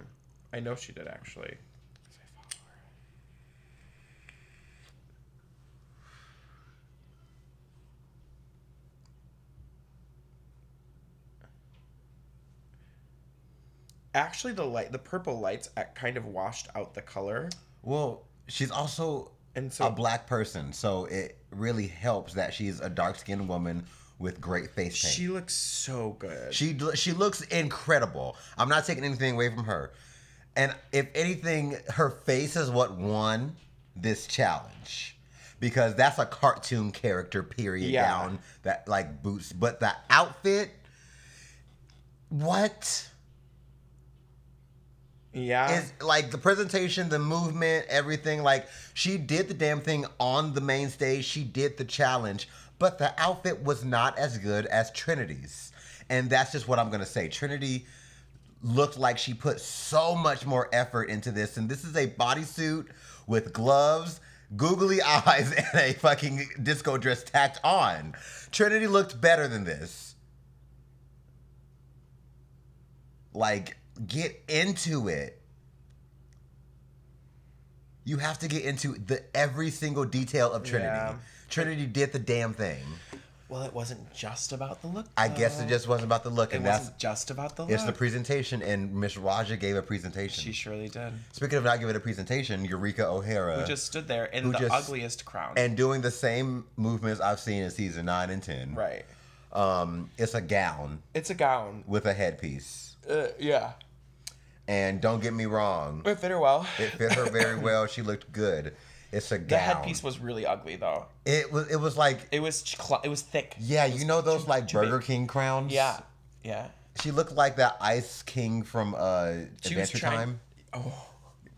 Speaker 4: I know she did actually. 'cause I follow her. Actually, the light, the purple lights, uh, kind of washed out the color.
Speaker 3: Well, she's also
Speaker 4: And so-
Speaker 3: a black person, so it really helps that she's a dark skinned woman with great face paint.
Speaker 4: She looks so good.
Speaker 3: She d- she looks incredible. I'm not taking anything away from her. And if anything, her face is what won this challenge. Because that's a cartoon character period
Speaker 4: Yeah.
Speaker 3: down that like boots, but the outfit what
Speaker 4: yeah,
Speaker 3: is like the presentation, the movement, everything like she did the damn thing on the main stage, she did the challenge, but the outfit was not as good as Trinity's. And that's just what I'm going to say. Trinity looked like she put so much more effort into this. And this is a bodysuit with gloves, googly (laughs) eyes, and a fucking disco dress tacked on. Trinity looked better than this. Like, get into it. You have to get into the every single detail of Trinity.
Speaker 4: Yeah.
Speaker 3: Trinity did the damn thing.
Speaker 4: well, it wasn't just about the look.
Speaker 3: I guess
Speaker 4: though.
Speaker 3: it just wasn't about the
Speaker 4: Uh,
Speaker 3: look,
Speaker 4: it
Speaker 3: and that's
Speaker 4: wasn't just about the look.
Speaker 3: it's the presentation. And Miss Raja gave a presentation.
Speaker 4: she surely did.
Speaker 3: Speaking of not giving a presentation, Eureka O'Hara
Speaker 4: who just stood there in
Speaker 3: who
Speaker 4: the
Speaker 3: just-
Speaker 4: ugliest crown.
Speaker 3: and doing the same movements I've seen in season nine and ten.
Speaker 4: right.
Speaker 3: Um, it's a gown
Speaker 4: It's a gown.
Speaker 3: with a headpiece.
Speaker 4: Uh, yeah.
Speaker 3: And don't get me wrong,
Speaker 4: It fit her well.
Speaker 3: it fit her very well. She looked good. It's a
Speaker 4: The
Speaker 3: gown.
Speaker 4: headpiece was really ugly though.
Speaker 3: It was. It was like.
Speaker 4: It was ch- cl- it was thick.
Speaker 3: yeah, you know those like Burger King crowns.
Speaker 4: Yeah. Yeah.
Speaker 3: She looked like that Ice King from uh,
Speaker 4: She was
Speaker 3: Adventure
Speaker 4: trying- Mm.
Speaker 3: Time.
Speaker 4: Oh.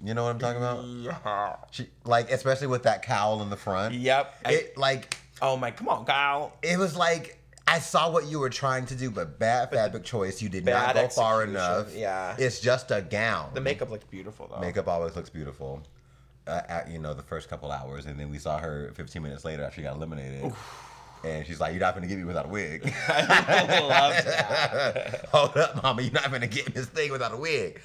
Speaker 3: You know what I'm talking about? She like especially with that cowl in the front.
Speaker 4: Yep. I-
Speaker 3: It like
Speaker 4: Oh my, come on, Kyle.
Speaker 3: it was like I saw what you were trying to do, but bad fabric choice. You did not
Speaker 4: bad
Speaker 3: go far
Speaker 4: execution,
Speaker 3: enough.
Speaker 4: yeah.
Speaker 3: It's just a gown.
Speaker 4: The makeup looked beautiful though.
Speaker 3: Makeup always looks beautiful. Uh, at, you know, the first couple hours, and then we saw her 15 minutes later after she got eliminated, and she's like, "You're not gonna get me without
Speaker 4: (laughs)
Speaker 3: a wig."
Speaker 4: I (laughs) loved that.
Speaker 3: (laughs) Hold up, mama, you're not gonna get this thing without a wig.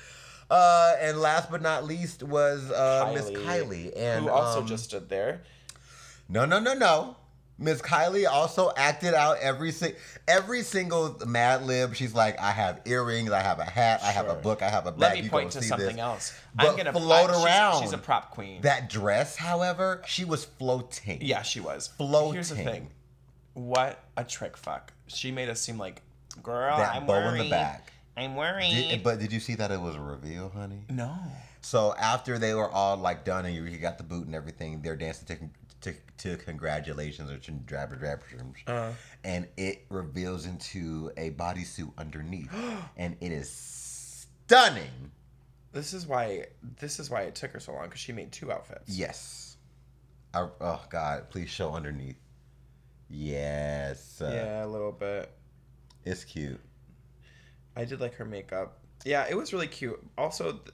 Speaker 3: Uh, and last but not least was uh, Miss Kylie, and
Speaker 4: who also
Speaker 3: um,
Speaker 4: just stood there.
Speaker 3: No, no, no, no. Miss Kylie also acted out every si- every single Mad Lib. She's like, I have earrings, I have a hat, I have a
Speaker 4: Sure.
Speaker 3: book, I have a bag.
Speaker 4: Let me
Speaker 3: You
Speaker 4: point to
Speaker 3: gonna see
Speaker 4: something
Speaker 3: this.
Speaker 4: else.
Speaker 3: But
Speaker 4: I'm gonna
Speaker 3: float
Speaker 4: she's-
Speaker 3: around.
Speaker 4: She's, a prop queen.
Speaker 3: That dress, however, she was floating.
Speaker 4: yeah, she was.
Speaker 3: floating.
Speaker 4: Here's the thing. What a trick fuck. She made us seem like, girl,
Speaker 3: That
Speaker 4: I'm
Speaker 3: bow
Speaker 4: worried.
Speaker 3: in the back.
Speaker 4: I'm worried.
Speaker 3: Did, but did you see that it was a reveal, honey?
Speaker 4: no.
Speaker 3: So after they were all like done and Eureka got the boot and everything, they're dancing to, to, to congratulations or to drabber drabber
Speaker 4: Uh-huh.
Speaker 3: and it reveals into a bodysuit
Speaker 4: (gasps)
Speaker 3: underneath, and it is stunning.
Speaker 4: This is why this is why it took her so long because she made two outfits.
Speaker 3: Yes. I, oh God! Please show underneath. Yes. Uh,
Speaker 4: Yeah, a little bit.
Speaker 3: It's cute.
Speaker 4: I did like her makeup. Yeah, it was really cute. Also, th-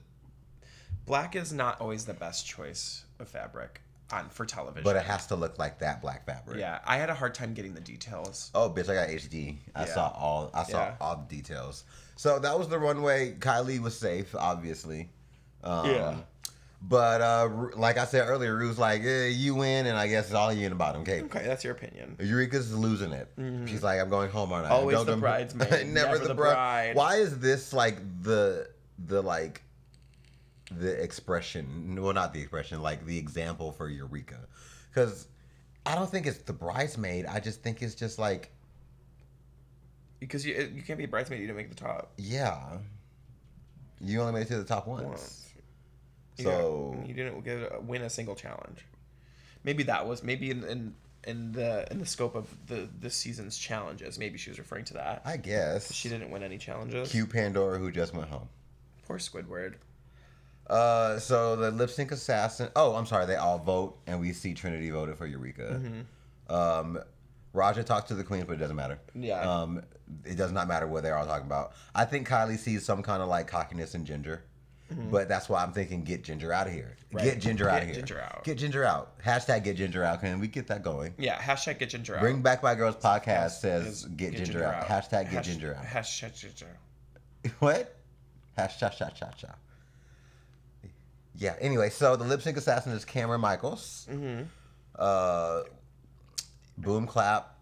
Speaker 4: black is not always the best choice of fabric on for television.
Speaker 3: But it has to look like that black fabric.
Speaker 4: yeah, I had a hard time getting the details.
Speaker 3: Oh, bitch! I got HD. I
Speaker 4: Yeah.
Speaker 3: saw all. I saw
Speaker 4: Yeah.
Speaker 3: all the details. So that was the runway. Kylie was safe, obviously. Um,
Speaker 4: Yeah.
Speaker 3: But uh, Ru- like I said earlier, Rue's like, eh, you win, and I guess it's all you in the bottom cake.
Speaker 4: Okay, that's your opinion.
Speaker 3: Eureka's losing it. She's like, I'm going home, aren't I?
Speaker 4: Always
Speaker 3: Don't-
Speaker 4: the
Speaker 3: don't- (laughs)
Speaker 4: bridesmaid, never the
Speaker 3: bri-
Speaker 4: bride.
Speaker 3: Why is this like the the like the expression? Well, not the expression, like the example for Eureka, because I don't think it's the bridesmaid. I just think it's just like,
Speaker 4: Because you you can't be a bridesmaid, you didn't make the top.
Speaker 3: yeah, you only made it to the top once.
Speaker 4: Once. You
Speaker 3: So
Speaker 4: didn't- you didn't get win a single challenge. Maybe that was maybe in in, in the in the scope of the this season's challenges. Maybe she was referring to that.
Speaker 3: I guess
Speaker 4: she didn't win any challenges.
Speaker 3: Cue Pandora who just went home.
Speaker 4: Poor Squidward.
Speaker 3: Uh, so the lip sync assassin. Oh, I'm sorry. They all vote, and we see Trinity voted for Eureka. Um, Raja talks to the queens, but it doesn't matter.
Speaker 4: Mm-hmm. Yeah.
Speaker 3: Um, it does not matter what they're all talking about. I think Kylie sees some kind of like cockiness in Ginger, but that's why I'm thinking get Ginger out of here.
Speaker 4: Mm-hmm. Right.
Speaker 3: Get Ginger out of
Speaker 4: Get
Speaker 3: here.
Speaker 4: Ginger out.
Speaker 3: Get Ginger out. Hashtag get Ginger out. Can we get that going?
Speaker 4: Yeah. Hashtag get ginger out.
Speaker 3: Bring back my girls podcast
Speaker 4: Is
Speaker 3: says get, ginger, out. Hashtag get
Speaker 4: Hash-
Speaker 3: ginger out.
Speaker 4: Hashtag ginger.
Speaker 3: (laughs) What? Hash cha cha cha cha. Yeah. Anyway, so the lip sync assassin is Cameron Michaels. Mm-hmm. Uh, boom clap.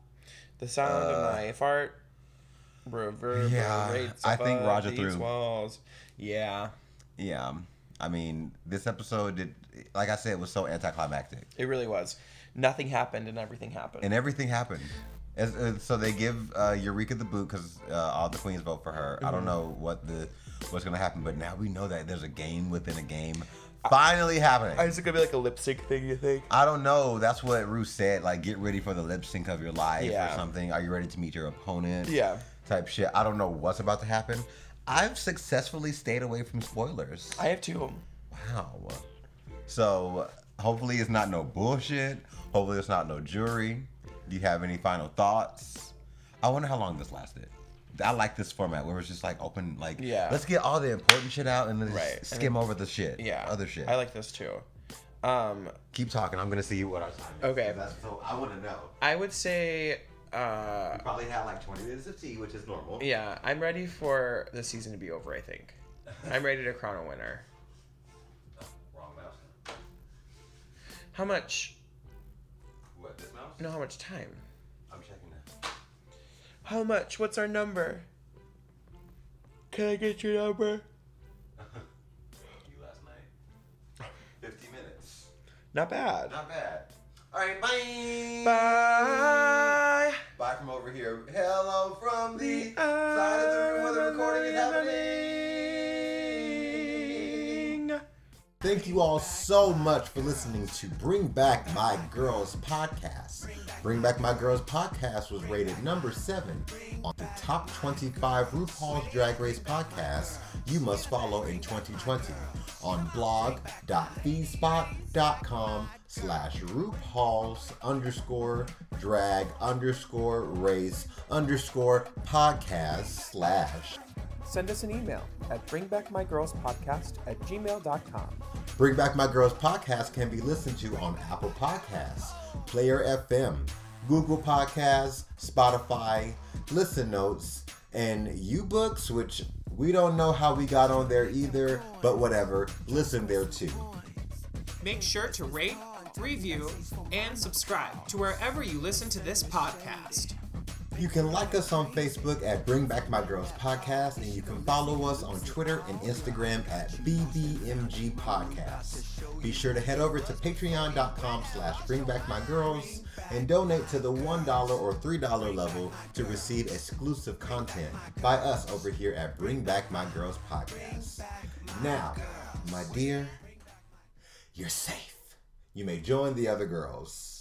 Speaker 4: The sound of my fart reverberates.
Speaker 3: Uh, Yeah, I think
Speaker 4: above
Speaker 3: Roger
Speaker 4: these
Speaker 3: threw.
Speaker 4: walls. Yeah,
Speaker 3: Yeah. I mean, this episode did, like I said, was so anticlimactic,
Speaker 4: it really was. Nothing happened and everything happened.
Speaker 3: and everything happened. As, uh, so they give uh, Eureka the boot because uh, all the queens vote for her. I don't know what the what's gonna happen, but now we know that there's a game within a game finally happening.
Speaker 4: is it gonna be like a lip sync thing? You think?
Speaker 3: I don't know. That's what Rue said. Like, get ready for the lip sync of your life or
Speaker 4: Yeah.
Speaker 3: something. Are you ready to meet your opponent?
Speaker 4: Yeah.
Speaker 3: Type shit. I don't know what's about to happen. I've successfully stayed away from spoilers.
Speaker 4: I have two of 'em.
Speaker 3: Wow. So hopefully it's not no bullshit. Hopefully it's not no jury. Do you have any final thoughts? I wonder how long this lasted. I like this format where it's just like open, like
Speaker 4: Yeah.
Speaker 3: Let's get all the important shit out and then just
Speaker 4: Right. And
Speaker 3: skim over the shit.
Speaker 4: Yeah,
Speaker 3: Other shit.
Speaker 4: I like this too. Um,
Speaker 3: Keep talking. I'm gonna see what our time is.
Speaker 4: Okay.
Speaker 3: That's, so I want to know.
Speaker 4: I would say, uh,
Speaker 3: Probably had like 20 minutes of tea, which is normal.
Speaker 4: yeah, I'm ready for the season to be over. I
Speaker 3: (laughs)
Speaker 4: think I'm ready to crown a winner.
Speaker 2: Wrong mouse.
Speaker 4: How much?
Speaker 2: What, this mouse?
Speaker 4: No, how much time?
Speaker 3: I'm checking now.
Speaker 4: How much? What's our number? Can I get your number?
Speaker 3: You last night. 50 minutes.
Speaker 4: Not bad.
Speaker 3: Not bad. All right, bye.
Speaker 4: Bye.
Speaker 3: Bye from over here. Hello from the side of the room where the recording is happening. Thank you all so much for listening to Bring Back My Girls podcast. Bring Back My Girls podcast was rated number seven on the top 25 RuPaul's Drag Race podcasts you must follow in 2020 on blog.feedspot.com slash RuPaul's underscore drag underscore race underscore podcast slash
Speaker 4: Send us an email at bringbackmygirlspodcast at gmail.com.
Speaker 3: Bring Back My Girls podcast can be listened to on Apple Podcasts, Player FM, Google Podcasts, Spotify, Listen Notes, and UBooks, which we don't know how we got on there either, but whatever. Listen there too.
Speaker 9: Make sure to rate, review, and subscribe to wherever you listen to this podcast.
Speaker 3: You can like us on Facebook at Bring Back My Girls Podcast, and you can follow us on Twitter and Instagram at BBMG Podcast. Be sure to head over to patreon.com slash Bring Back My Girls and donate to the $1 or $3 level to receive exclusive content by us over here at Bring Back My Girls Podcast. Now, my dear, you're safe. You may join the other girls.